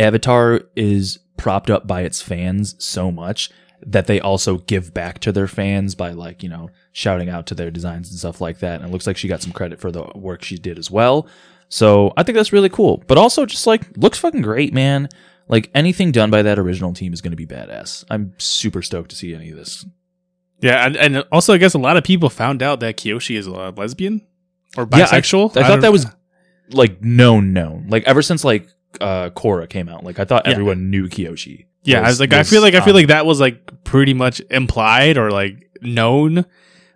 Avatar is propped up by its fans so much that they also give back to their fans by like you know shouting out to their designs and stuff like that and it looks like she got some credit for the work she did as well so i think that's really cool but also just like looks fucking great man like anything done by that original team is going to be badass i'm super stoked to see any of this Yeah, and, and also I guess a lot of people found out that Kiyoshi is a lesbian or bisexual. Yeah, I, I thought don't- that was like known, known. Like ever since like uh Korra came out, like I thought Yeah. everyone knew Kyoshi. Yeah, I was like, I feel like I um, feel like that was like pretty much implied or like known,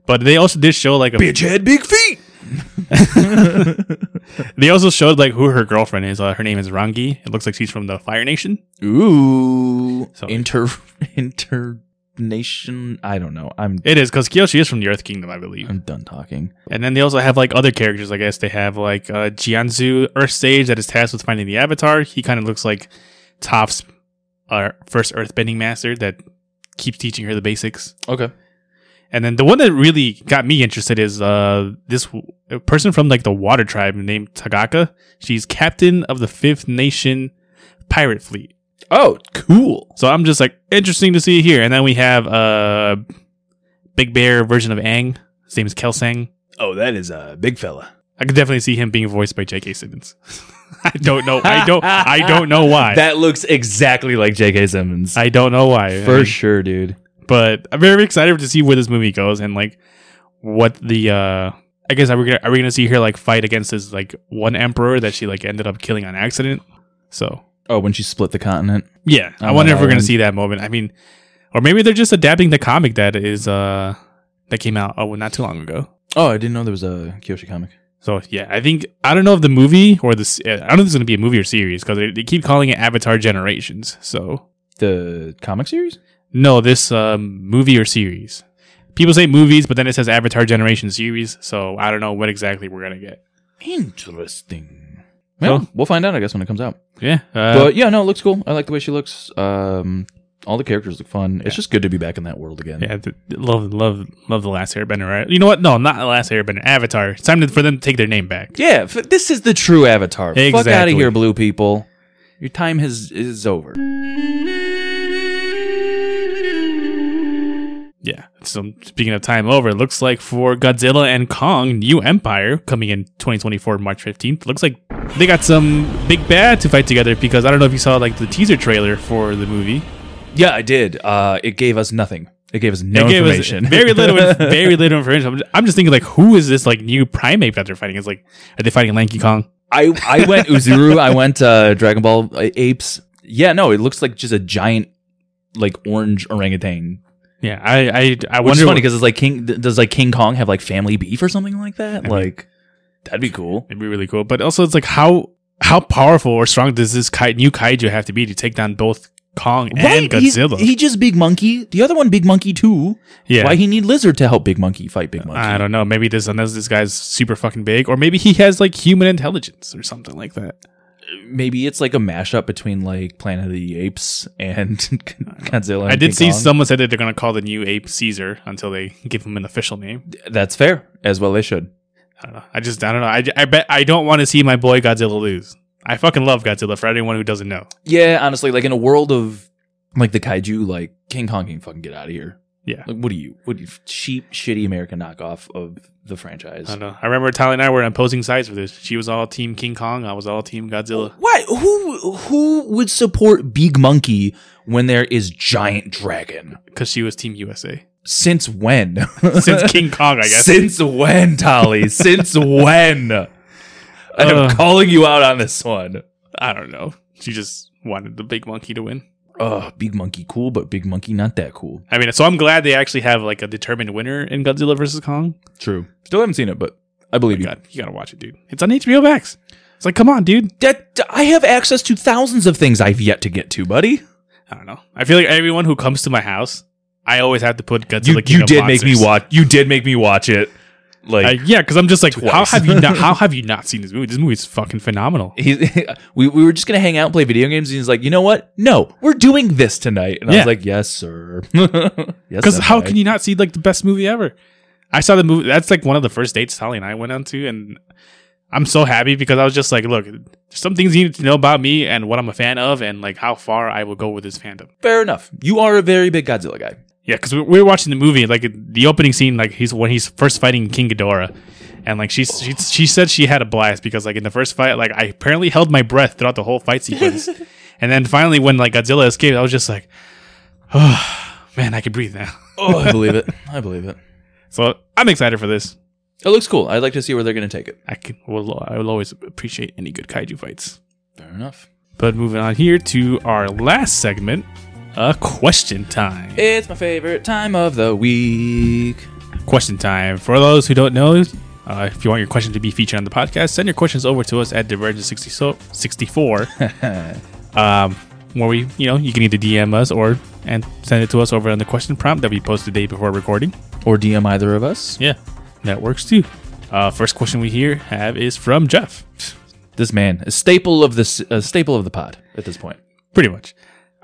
but they also did show like a bitch had big feet. [laughs] They also showed like who her girlfriend is. Uh, her name is Rangi. It looks like she's from the Fire Nation. Ooh, So- inter [laughs] inter nation. I don't know. I'm It is because Kyoshi is from the Earth Kingdom, I believe. I'm done talking. And then they also have like other characters. I guess they have like uh, Jianzu, Earth Sage, that is tasked with finding the Avatar. He kind of looks like Toph's uh, first Earthbending master that keeps teaching her the basics. Okay. And then the one that really got me interested is uh, this w- a person from like the Water Tribe named Tagaka. She's captain of the Fifth Nation pirate fleet. Oh, cool. So I'm just like interesting to see here. And then we have uh, Big Bear version of Aang. His name is Kelsang. Oh, that is a big fella. I could definitely see him being voiced by J.K. Simmons. [laughs] I don't know. I don't. I don't know why. [laughs] That looks exactly like J.K. Simmons I don't know why. I for mean, sure, dude. but I'm very excited to see where this movie goes and like what the. uh I guess are we gonna are we gonna see her like fight against this like one emperor that she like ended up killing on accident? So Oh, when she split the continent. Yeah, I On wonder that if we're gonna island. see that moment. I mean, or maybe they're just adapting the comic that is uh that came out oh well, not too long ago. Oh, I didn't know there was a Kyoshi comic. So yeah, I think I don't know if the movie or this I don't know if it's gonna be a movie or series because they, they keep calling it Avatar Generations. So The comic series? no, this um, movie or series. People say movies, but then it says Avatar Generation series. So I don't know what exactly we're gonna get. Interesting. Well, Well- we'll find out, I guess, when it comes out. Yeah, uh, but yeah, no, it looks cool. I like the way she looks. Um, all the characters look fun. It's just good to be back in that world again. yeah, th- love, love, love the Last Airbender. Right? You know what? No, not the Last Airbender. Avatar. It's time to, for them to take their name back. Yeah, f- this is the true Avatar. Fuck Exactly. out of here, blue people. Your time has is over. Yeah. So speaking of time over, it looks like for Godzilla and Kong New Empire coming in 2024 March 15th, looks like they got some big bad to fight together because I don't know if you saw like the teaser trailer for the movie. Yeah, I did. Uh, it gave us nothing. It gave us no It gave us information. very [laughs] little, very little information. I'm just, I'm just thinking like, who is this like new primate that they're fighting? It's like, are they fighting Lanky Kong? I I went Uzuru. I went uh, Dragon Ball uh, Apes. Yeah, no, it looks like just a giant like orange orangutan. Yeah. I, I, I Which wonder is funny because it's like King. th- Does like King Kong have like family beef or something like that? like that'd be cool. it'd be really cool. But also it's like, how, how powerful or strong does this kai- new kaiju have to be to take down both Kong and he's- Godzilla? He just big monkey. The other one big monkey too. yeah. Why he need lizard to help big monkey fight big monkey? I don't know. Maybe this unless this guy's super fucking big, or maybe he has like human intelligence or something like that. Maybe it's like a mashup between like Planet of the Apes and [laughs] Godzilla. I and did King see Kong. someone said that they're gonna call the new ape Caesar until they give him an official name. That's fair as well. They should. I don't know. I just I don't know. I, I bet I don't want to see my boy Godzilla lose. I fucking love Godzilla. For anyone who doesn't know, Yeah, honestly, like in a world of like the kaiju, like King Kong can fucking get out of here. yeah. Like, what are you? What are you, cheap, shitty American knockoff of the franchise? I don't know. I remember Tyler and I were on opposing sides for this. She was all team King Kong. I was all team Godzilla. What? Who? Who would support Big Monkey when there is giant dragon? Because she was team USA. Since when? [laughs] Since King Kong, I guess. Uh. Since [laughs] when, Tolly? Since when? I am Ugh. calling you out on this one. I don't know. She just wanted the big monkey to win. Oh, Big Monkey cool, but Big Monkey not that cool. I mean, so I'm glad they actually have like a determined winner in Godzilla versus Kong. True. Still haven't seen it, but I believe you. God, you gotta watch it, dude. It's on HBO Max. It's like, come on, dude. That I have access to thousands of things I've yet to get to, buddy. I don't know. I feel like everyone who comes to my house, I always have to put Godzilla. You, King you of did Monsters. make me watch. You did make me watch it. Uh, Like yeah, because I'm just like, how Twice. have you not? How [laughs] have you not seen this movie? This movie is fucking phenomenal. he, [laughs] we we were just gonna hang out and play video games, and he's like, you know what? No, we're doing this tonight. And I Yeah. was like, yes, sir. [laughs] [laughs] yes. Because how can you not see like the best movie ever? I saw the movie. That's like one of the first dates Sally and I went on to, and I'm so happy because I was just like, look, there's some things you need to know about me and what I'm a fan of, and like how far I will go with this fandom. Fair enough. You are a very big Godzilla guy. Yeah, because we, we were watching the movie, like the opening scene, like he's when he's first fighting King Ghidorah, and like she's, she she said she had a blast because like in the first fight, like I apparently held my breath throughout the whole fight sequence, and then finally when like Godzilla escaped, I was just like, oh [sighs] man, I can breathe now. [laughs] Oh, I believe it. I believe it. So I'm excited for this. It looks cool. I'd like to see where they're going to take it. I can will I will always appreciate any good kaiju fights. Fair enough. But moving on here to our last segment, uh, question time. It's my favorite time of the week. question time. For those who don't know, uh, if you want your question to be featured on the podcast, send your questions over to us at Divergent64. um, where we, you know, you can either DM us or and send it to us over on the question prompt that we post the day before recording. Or DM either of us. Yeah, that works too. Uh, first question we here have is from Jeff. This man, a staple of this, a staple of the pod at this point. pretty much.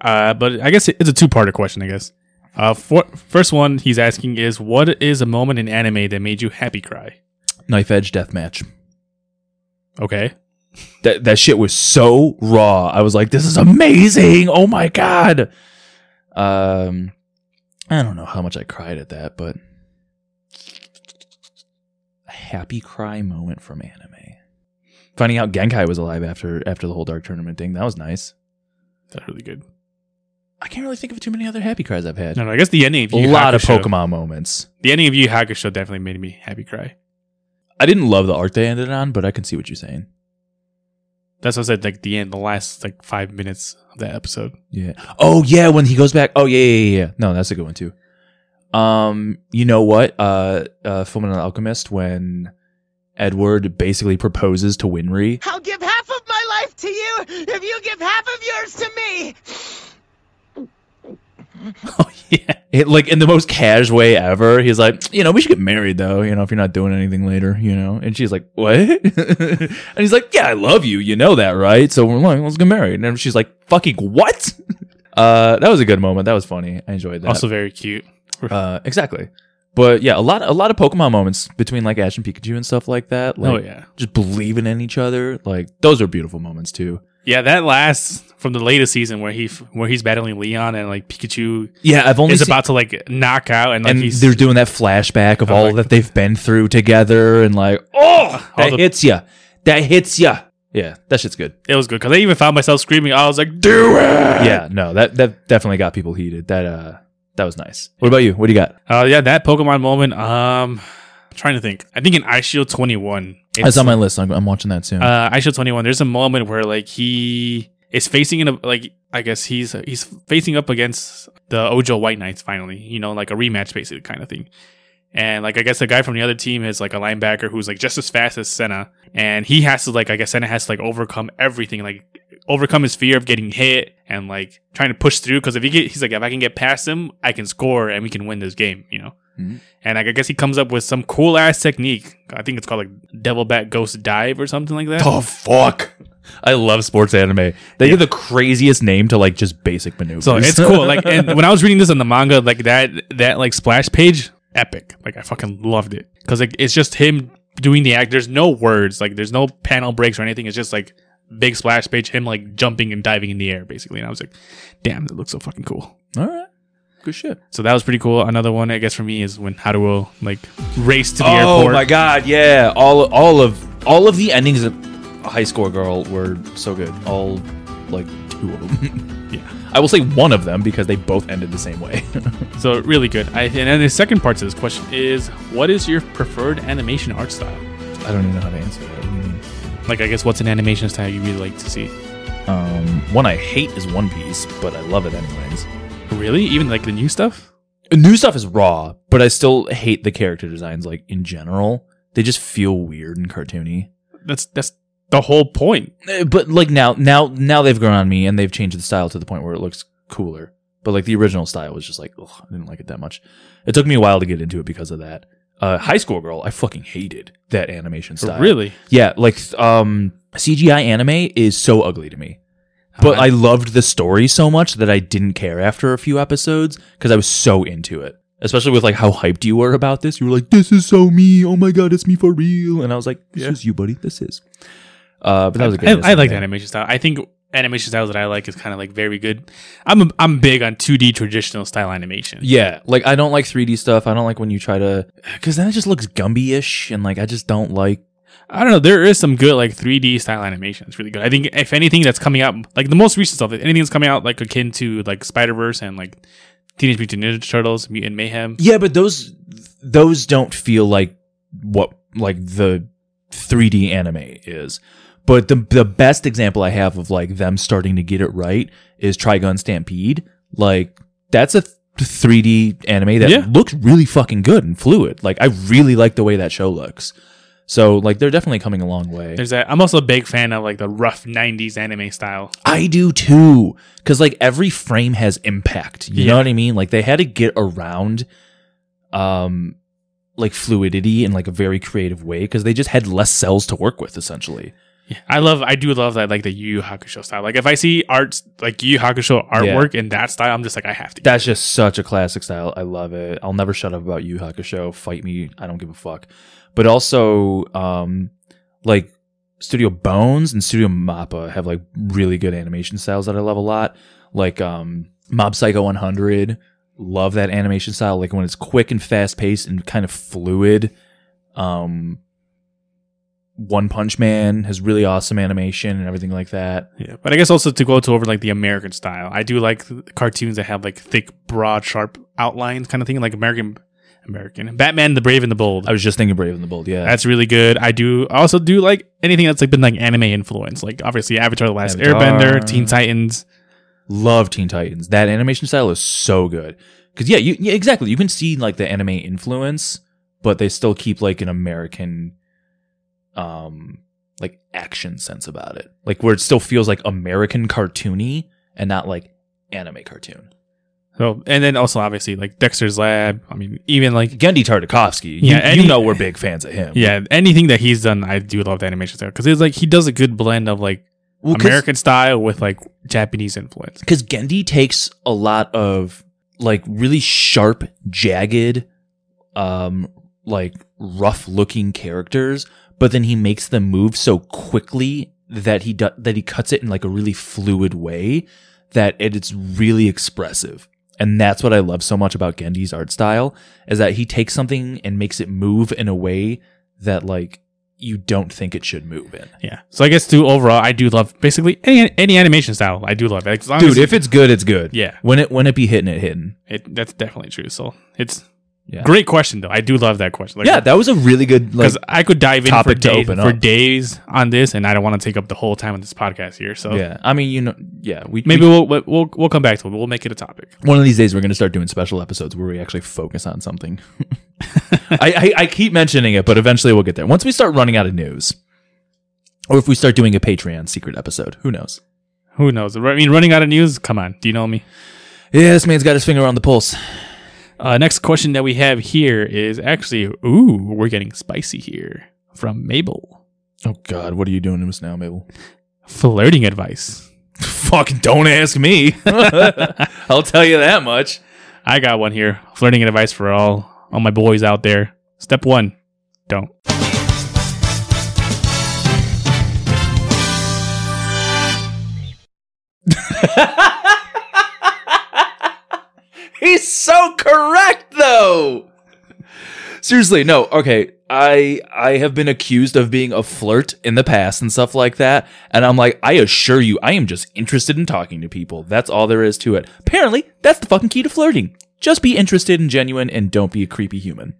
Uh, but I guess it- it's a two-parter question. I guess. Uh, for, first one he's asking is what is a moment in anime that made you happy cry? Knife edge deathmatch. Okay, That that shit was so raw. I was like, this is amazing. Oh my god. Um, I don't know how much I cried at that, but a happy cry moment from anime. Finding out Genkai was alive after after the whole dark tournament thing that was nice. that's really good. I can't really think of too many other happy cries I've had. No, no, I guess the ending of a Yu Yu lot of Hakusho- Pokemon moments. The ending of Yu Yu Hakusho definitely made me happy cry. I didn't love the arc they ended on, but I can see what you're saying. That's what I said. Like the end, the last like five minutes of that episode. Yeah. Oh yeah, when he goes back. Oh yeah, yeah, yeah. yeah. No, that's a good one too. Um, you know what? Uh, uh, Fullmetal Alchemist when Edward basically proposes to Winry. I'll give half of my life to you if you give half of yours to me. yeah. It, like in the most cash way ever. He's like, you know, we should get married though. You know, if you're not doing anything later, you know. And she's like, what? [laughs] and he's like, yeah, I love you. You know that, right? So we're like, let's get married. And she's like, fucking what? [laughs] uh, that was a good moment. That was funny. I enjoyed that. Also very cute. Uh, exactly. But yeah, a lot a lot of Pokemon moments between like Ash and Pikachu and stuff like that. Like, oh yeah, just believing in each other. Like those are beautiful moments too. yeah. That last from the latest season where he f- where he's battling Leon and like Pikachu Yeah, I've only is seen, about to like knock out and like and he's they're doing that flashback of Oh, all like- that they've been through together and like oh all that the hits ya, that hits ya. Yeah, that shit's good. It was good because I even found myself screaming. I was like, "Do it!" Yeah, no, that that definitely got people heated. That uh, that was nice. What about you? What do you got? Uh, yeah, that Pokemon moment. Um, I'm trying to think. I think in Ice Shield 21, That's on my list. I'm, I'm watching that soon. uh, Ice Shield 21. There's a moment where like he is facing in a like I guess he's he's facing up against the Ojo White Knights finally. You know, like a rematch basically kind of thing. And like I guess the guy from the other team is like a linebacker who's like just as fast as Senna, and he has to like I guess Senna has to like overcome everything, like overcome his fear of getting hit and like trying to push through. Because if he get, he's like if I can get past him, I can score and we can win this game, you know. Mhm. And like, I guess he comes up with some cool ass technique. I think it's called like Devil Bat Ghost Dive or something like that. Oh fuck! I love sports anime. They give the craziest name to like just basic maneuvers. So [laughs] it's cool. Like, and when I was reading this on the manga, like that that like splash page, epic. Like I fucking loved it because like it's just him doing the act. There's no words. Like there's no panel breaks or anything. It's just like big splash page, him like jumping and diving in the air basically. And I was like, damn, that looks so fucking cool. all right, good shit. So that was pretty cool. Another one, I guess, for me is when Haruo like raced to the oh airport. my god, yeah! All all of all of the endings of High Score Girl were so good. All like two of them. [laughs] Yeah. I will say one of them because they both ended the same way. [laughs] So really good. I, and then the second part to this question is, what is your preferred animation art style? I don't even know how to answer that. What do you mean? Like, I guess, what's an animation style you really like to see? Um, one I hate is One Piece, but I love it anyways. Really? Even like the new stuff? New stuff is raw, but I still hate the character designs. Like in general, they just feel weird and cartoony. That's that's the whole point. Uh, but like now now now they've grown on me and they've changed the style to the point where it looks cooler but like the original style was just like ugh, i didn't like it that much it took me a while to get into it because of that uh high school girl i fucking hated that animation style Really? yeah like th- um cgi anime is so ugly to me but Uh, i loved the story so much that i didn't care after a few episodes because i was so into it especially with like how hyped you were about this you were like this is so me oh my god it's me for real and i was like this Yeah. is you buddy this is uh but that was a good I, ass I like the anime. animation style. I think animation styles that I like is kind of like very good. I'm I'm big on 2D traditional style animation. Yeah, like I don't like 3D stuff. I don't like when you try to, because then it just looks Gumby-ish, and like I just don't like. I don't know. There is some good like 3D style animation. It's really good. I think if anything that's coming out, like the most recent stuff, if anything that's coming out like akin to like Spider Verse and like Teenage Mutant Ninja Turtles, Mutant Mayhem. Yeah, but those those don't feel like what like the 3D anime is. But the the best example I have of like them starting to get it right is Trigun Stampede. Like that's a th- 3D anime that Yeah. looks really fucking good and fluid. Like I really like the way that show looks. So like they're definitely coming a long way. There's that. I'm also a big fan of like the rough '90s anime style. I do too. Cause like every frame has impact. You know Yeah. what I mean? Like they had to get around um like fluidity in like a very creative way because they just had less cells to work with essentially. I love, I do love that, like the Yu Yu Hakusho style. Like if I see arts, like Yu Yu Hakusho artwork in that style, I'm just like, I have to. That's just such a classic style. I love it. I'll never shut up about Yu Yu Hakusho. Fight me. I don't give a fuck. But also, um, like Studio Bones and Studio Mappa have like really good animation styles that I love a lot. Like um, Mob Psycho 100. Love that animation style. Like when it's quick and fast paced and kind of fluid. Um, One Punch Man has really awesome animation and everything like that. Yeah, but I guess also to go to over like the American style, I do like th- cartoons that have like thick, broad, sharp outlines kind of thing, like American, American Batman, the Brave and the Bold. I was just thinking Brave and the Bold. Yeah. That's really good. I do I also do like anything that's like been like anime influence, like obviously Avatar: The Last Avatar. Airbender, Teen Titans. love Teen Titans. That animation style is so good. Cause yeah, you yeah, exactly. You can see like the anime influence, but they still keep like an American, um, like action sense about it. Like where it still feels like American cartoony and not like anime cartoon. So and then also obviously like Dexter's Lab. I mean, even like Gendy Tartakovsky. Yeah, Yeah, and you, he- know we're big fans of him. yeah, anything that he's done, I do love the animation style because it's like he does a good blend of like Well, 'cause- American style with like Japanese influence. because Gendy takes a lot of like really sharp, jagged, um, like rough looking characters, but then he makes them move so quickly that he do- that he cuts it in like a really fluid way that it, it's really expressive. And that's what I love so much about Gendy's art style is that he takes something and makes it move in a way that like you don't think it should move in. Yeah. So I guess to overall, I do love basically any any animation style. I do love it. As long Dude, as- if it's good, it's good. Yeah. When it when it be hitting, it hitting. it, that's definitely true. So it's Yeah. great question though. I do love that question. Like, Yeah, that was a really good like because I could dive in for, topic to days open for up. days on this, and I don't want to take up the whole time of this podcast here. So Yeah, I mean, you know, yeah, we maybe we- we'll, we'll we'll we'll come back to it. We'll make it a topic. one of these days we're gonna start doing special episodes where we actually focus on something. [laughs] I, I I keep mentioning it, but eventually we'll get there. Once we start running out of news, or if we start doing a Patreon secret episode, who knows? Who knows? I mean, running out of news. Come on, do you know me? Yeah, this man's got his finger on the pulse. Uh, next question that we have here is actually, ooh, we're getting spicy here from Mabel. Oh God, what are you doing to us now, Mabel? [laughs] Flirting advice. Fuck, don't [laughs] ask me. I'll tell you that much. I got one here. Flirting advice for all all my boys out there. Step one, don't. He's so correct though. Seriously, no. Okay, I I have been accused of being a flirt in the past and stuff like that, and I'm like, I assure you, I am just interested in talking to people. That's all there is to it. Apparently, that's the fucking key to flirting. Just be interested and genuine, and don't be a creepy human.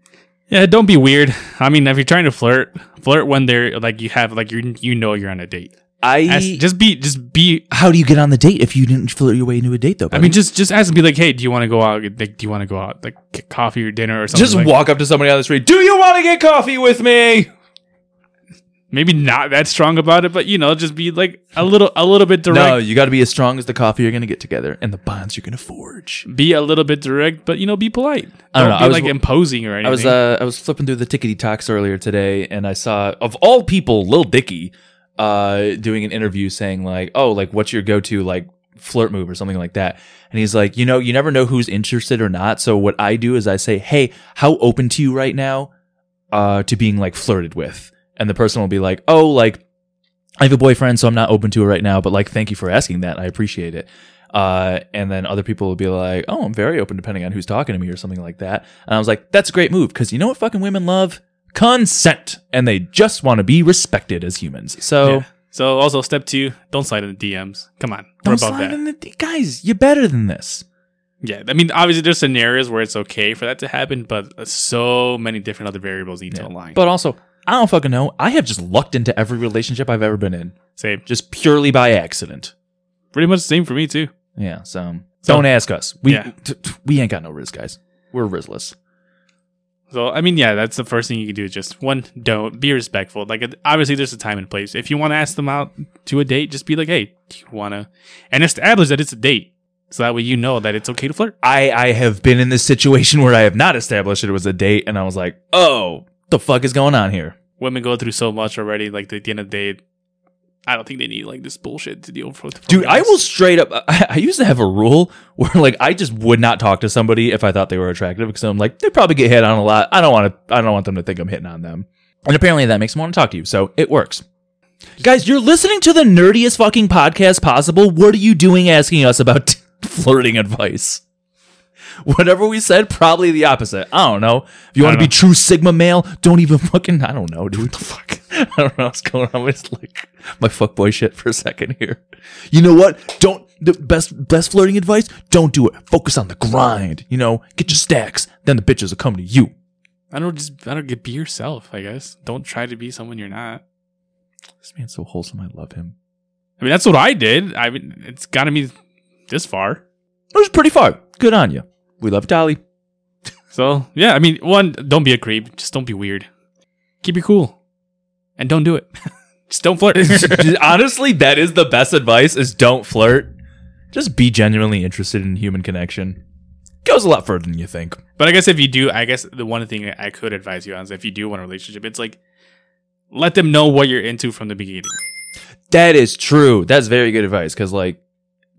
Yeah, don't be weird. I mean, if you're trying to flirt, flirt when they're like you have like you you know you're on a date. I Ask, just be just be. how do you get on the date if you didn't flirt your way into a date though? I mean, just just ask and be like, hey, do you want to go out? Like, do you want to go out like get coffee or dinner or something? just like, walk up to somebody on the street. Do you want to get coffee with me? Maybe not that strong about it, but you know, just be like a little a little bit direct. No, you got to be as strong as the coffee you're going to get together and the bonds you're going to forge. Be a little bit direct, but you know, be polite. Don't I don't know. be I was- like imposing or anything. I was uh, I was flipping through the tickety talks earlier today, and I saw of all people, Lil Dicky, uh, doing an interview saying like, "Oh, like what's your go to like flirt move or something like that?" And he's like, "You know, you never know who's interested or not. So what I do is I say, "Hey, how open to you right now uh, to being like flirted with?" And the person will be like, "Oh, like." I have a boyfriend, so I'm not open to it right now, but like, thank you for asking that. I appreciate it. Uh, and then other people will be like, oh, I'm very open depending on who's talking to me or something like that. And I was like, that's a great move because you know what fucking women love? Consent. And they just want to be respected as humans. So Yeah. So also step two, don't slide in the DMs. Come on, we're don't above slide that. in the guys, you're better than this. Yeah, I mean, obviously, there's scenarios where it's okay for that to happen, but uh, so many different other variables need to align. But also, I don't fucking know. I have just lucked into every relationship I've ever been in, same, just just purely by accident. pretty much the same for me too. Yeah. So, So- don't ask us. We Yeah. t- t- we ain't got no riz, guys. We're rizless. So I mean, yeah, that's the first thing you can do. Is just one, don't be respectful. Like it- obviously, there's a time and place. If you want to ask them out to a date, just be like, "Hey, do you want to?" And establish that it's a date, so that way you know that it's okay to flirt. I I have been in this situation [laughs] where I have not established it was a date, and I was like, oh, the fuck is going on here? Women go through so much already. Like at the end of the day, I don't think they need like this bullshit to deal with. Dude, I will straight up. I, I used to have a rule where, like, I just would not talk to somebody if I thought they were attractive because I'm like, they probably get hit on a lot. I don't want to. I don't want them to think I'm hitting on them. And apparently, that makes them want to talk to you, so it works. Guys, you're listening to the nerdiest fucking podcast possible. What are you doing asking us about [laughs] flirting advice? Whatever we said, probably the opposite. I don't know. If you I want don't to be true Sigma male, don't even fucking. I don't know, dude. [laughs] What the fuck? I don't know what's going on. It's like my fuckboy shit for a second here. You know what? Don't the best best flirting advice. Don't do it. Focus on the grind. You know, get your stacks. Then the bitches will come to you. I don't just. I don't get be yourself. I guess don't try to be someone you're not. This man's so wholesome. I love him. I mean, that's what I did. I mean, it's gotten me this far. It was pretty far. Good on you. We love Dolly. So yeah, I mean, one, don't be a creep. Just don't be weird. Keep your cool, and don't do it. [laughs] just don't flirt. [laughs] Honestly, that is the best advice: is don't flirt. Just be genuinely interested in human connection. Goes a lot further than you think. but I guess if you do, I guess the one thing I could advise you on is if you do want a relationship, it's like let them know what you're into from the beginning, That is true. That's very good advice. Because like,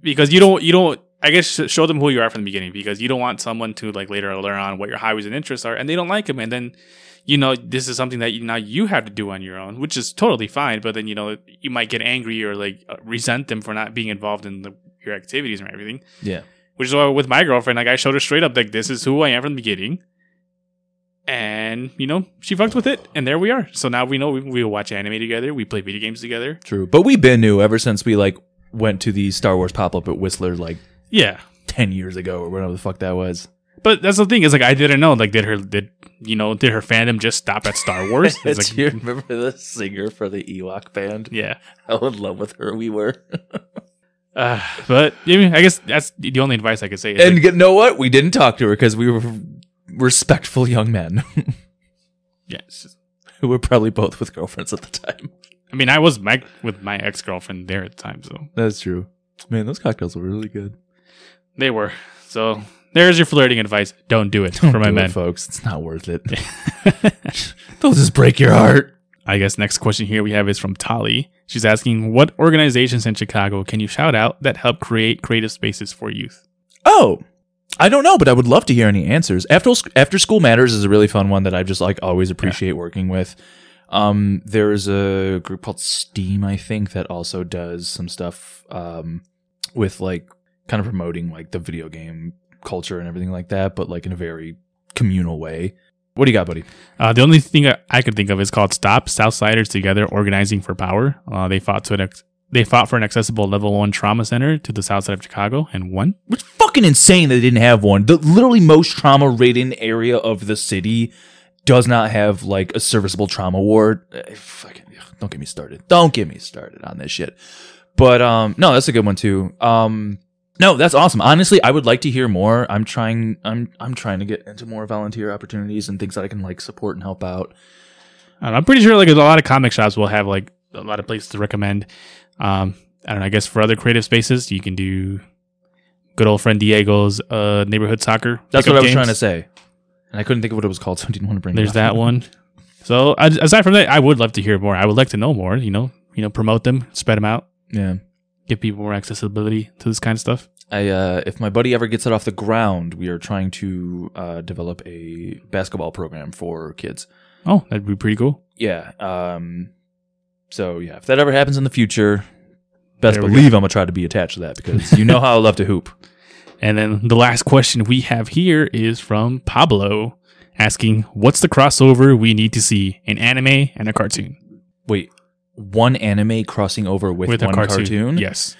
because you don't, you don't. I guess sh- show them who you are from the beginning, because you don't want someone to like later learn on what your hobbies and interests are, and they don't like them, and then. You know, this is something that you, now you have to do on your own, which is totally fine. But then you know you might get angry or like uh, resent them for not being involved in the, your activities and everything. yeah, which is why with my girlfriend, like I showed her straight up, like this is who I am from the beginning, and you know she fucked with it, and there we are. So now we know we, we watch anime together, we play video games together. true. But we've been new ever since we like went to the Star Wars pop up at Whistler like Yeah, ten years ago or whatever the fuck that was. but that's the thing is like I didn't know like did her did you know did her fandom just stop at [laughs] Star Wars? It's like, remember the singer for the Ewok band? [laughs] yeah. How in love with her we were. [laughs] Uh, but I, mean, I guess that's the only advice I could say. Is and like, you know what? We didn't talk to her because we were respectful young men [laughs] yeah, it's just- who were probably both with girlfriends at the time. I mean, I was my, with my ex girlfriend there at the time, so That's true. Man, those cocktails were really good. they were. So there's your flirting advice. Don't do it for my Do it, men. folks. It's not worth [laughs] it. They'll just break your heart. I guess next question here we have is from Tali. She's asking, what organizations in Chicago can you shout out that help create creative spaces for youth? Oh, I don't know, but I would love to hear any answers. After After School Matters is a really fun one that I just like always appreciate working with. Um, there's a group called Steam, I think, that also does some stuff um, with like kind of promoting like the video game culture and everything like that, but like in a very communal way. What do you got, buddy? Uh, the only thing I- I could think of is called Stop Southsiders Together Organizing for Power. Uh, they fought to an ex- they fought for an accessible level one trauma center to the south side of Chicago and won. It's fucking insane they didn't have one. The literally most trauma ridden area of the city does not have like a serviceable trauma ward. Eh, fucking, ugh, don't get me started. Don't get me started on this shit. But um, no, that's a good one too. Um, no, that's awesome. Honestly, I would like to hear more. I'm trying. I'm I'm trying to get into more volunteer opportunities and things that I can like support and help out. I don't know, Uh, I'm pretty sure like a lot of comic shops will have like a lot of places to recommend. Um, I don't know. I guess for other creative spaces, you can do good old friend Diego's uh, neighborhood soccer. That's pickup what I was games. trying to say. And I couldn't think of what it was called, so I didn't want to bring. it There's up. that one. So as- aside from that, I would love to hear more. I would like to know more. You know, you know, promote them, spread them out, Yeah. give people more accessibility to this kind of stuff. I uh, if my buddy ever gets it off the ground, we are trying to uh, develop a basketball program for kids. Oh, that'd be pretty cool. Yeah. Um. So yeah, if that ever happens in the future, best There we believe I'm gonna try to be attached to that because you know how I love to hoop. And then the last question we have here is from Pablo asking, "What's the crossover we need to see? An anime and a cartoon Wait, one anime crossing over with, one a cartoon? Yes,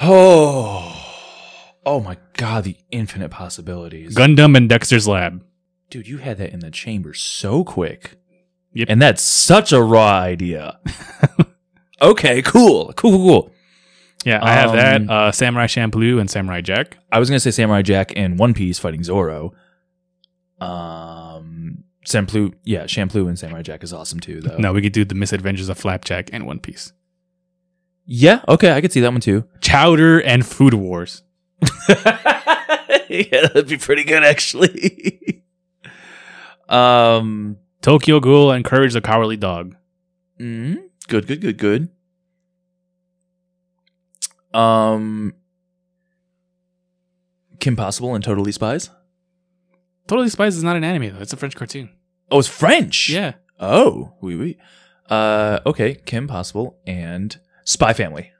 Oh, Oh my god, the infinite possibilities. Gundam and Dexter's Lab. Dude, you had that in the chamber so quick. Yep. And that's such a raw idea. [laughs] okay, cool. Cool, cool, cool. Yeah, I have Um, that. Uh, Samurai Champloo and Samurai Jack. I was gonna say Samurai Jack and One Piece fighting Zoro. Um Samplu yeah, Shampoo and Samurai Jack is awesome too though. No, we could do the Misadventures of Flapjack and One Piece. Yeah, okay, I could see that one too. Chowder and Food Wars. [laughs] yeah, that'd be pretty good actually. [laughs] um Tokyo Ghoul and Courage the Cowardly Dog. mm, good, good, good, good. Um Kim Possible and Totally Spies? Totally Spies is not an anime though. It's a French cartoon. Oh, it's French. Yeah. Oh, oui, oui. Uh, okay, Kim Possible and Spy Family.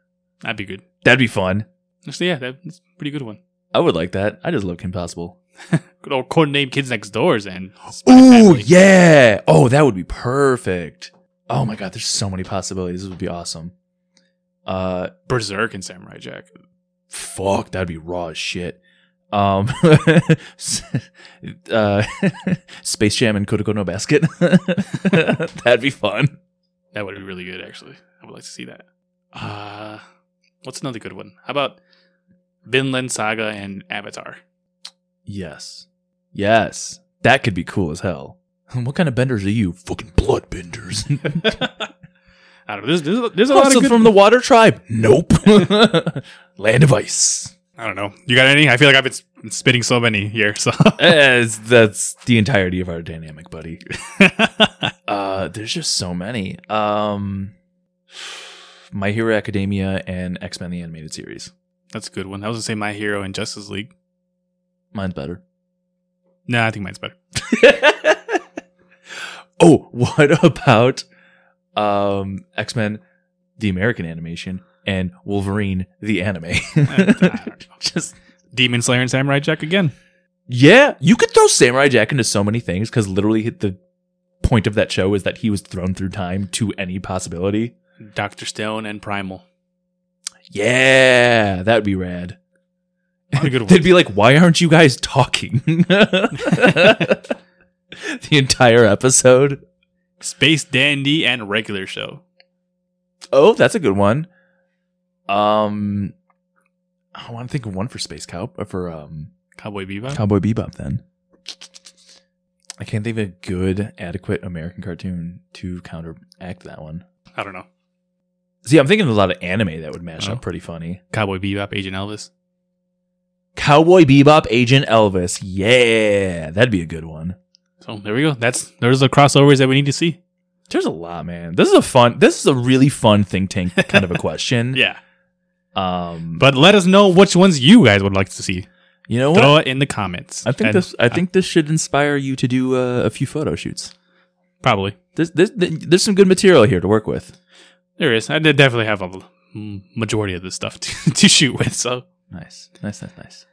That'd be good. That'd be fun. Actually, yeah, that's a pretty good one. I would like that. I just love Kim Possible. Good old code name Kids Next Doors and Spy Ooh, Family. yeah. Oh, that would be perfect. Oh my god, there's so many possibilities. This would be awesome. Uh, Berserk and Samurai Jack. fuck, that'd be raw as shit. Um, [laughs] uh, [laughs] Space Jam and Kotoko no Basket. [laughs] that'd be fun. That would be really good, actually. I would like to see that. Uh, what's another good one? How about Vinland Saga and Avatar? Yes. Yes. That could be cool as hell. What kind of benders are you? Fucking [laughs] bloodbenders. I don't know. There's, there's, there's a lot Also of good. from the water tribe? [laughs] Nope. Land of ice. I don't know. You got any? I feel like I've been s- spitting so many here. [laughs] So As that's the entirety of our dynamic, buddy. uh, there's just so many. Um, My Hero Academia and X Men: The Animated Series. that's a good one. I was gonna say My Hero and Justice League. Mine's better. No, I think mine's better. oh, what about um, X Men, the American animation, and Wolverine, the [laughs] anime? I don't know. [laughs] Just Demon Slayer and Samurai Jack again. [laughs] yeah, you could throw Samurai Jack into so many things because literally the point of that show is that he was thrown through time to any possibility. Doctor Stone and [laughs] Primal. Yeah, that would be rad. A lot of good [laughs] ones. They'd be like, why aren't you guys talking? [laughs] the entire episode. Space Dandy and Regular Show. Oh, that's a good one. Um, I want to think of one for Space Cow for um Cowboy Bebop. Cowboy Bebop. Then I can't think of a good, adequate American cartoon to counteract that one. I don't know. See, I'm thinking of a lot of anime that would match Oh. up pretty funny. Cowboy Bebop, Agent Elvis. Cowboy Bebop, Agent Elvis. Yeah, that'd be a good one. So there we go. That's there's the crossovers that we need to see. There's a lot, man. This is a fun. This is a really fun think tank kind [laughs] of a question. Yeah. Um, but But let us know which ones you guys would like to see. you know what? Throw it in the comments. I think And- this. I think this should inspire you to do uh, a few photo shoots. probably This, this, th- there's some good material here to work with. there is. I did definitely have a l- majority of this stuff [laughs] to, to shoot with. So, Nice, nice, nice, nice.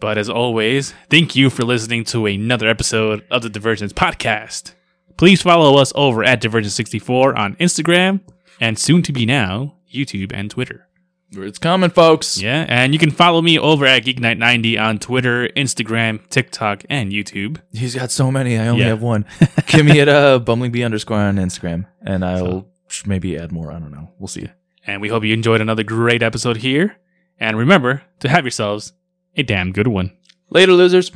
but as always, thank you for listening to another episode of the Divergence Podcast. Please follow us over at Divergence64 on Instagram and soon to be now YouTube and Twitter. It's coming, folks. Yeah, and you can follow me over at GeekNight90 on Twitter, Instagram, TikTok, and YouTube. He's got so many. I only Yeah. have one. [laughs] Give me at uh, bumblingb underscore on Instagram, and I'll maybe add more. I don't know. We'll see. And we hope you enjoyed another great episode here. And remember to have yourselves a damn good one. Later, losers.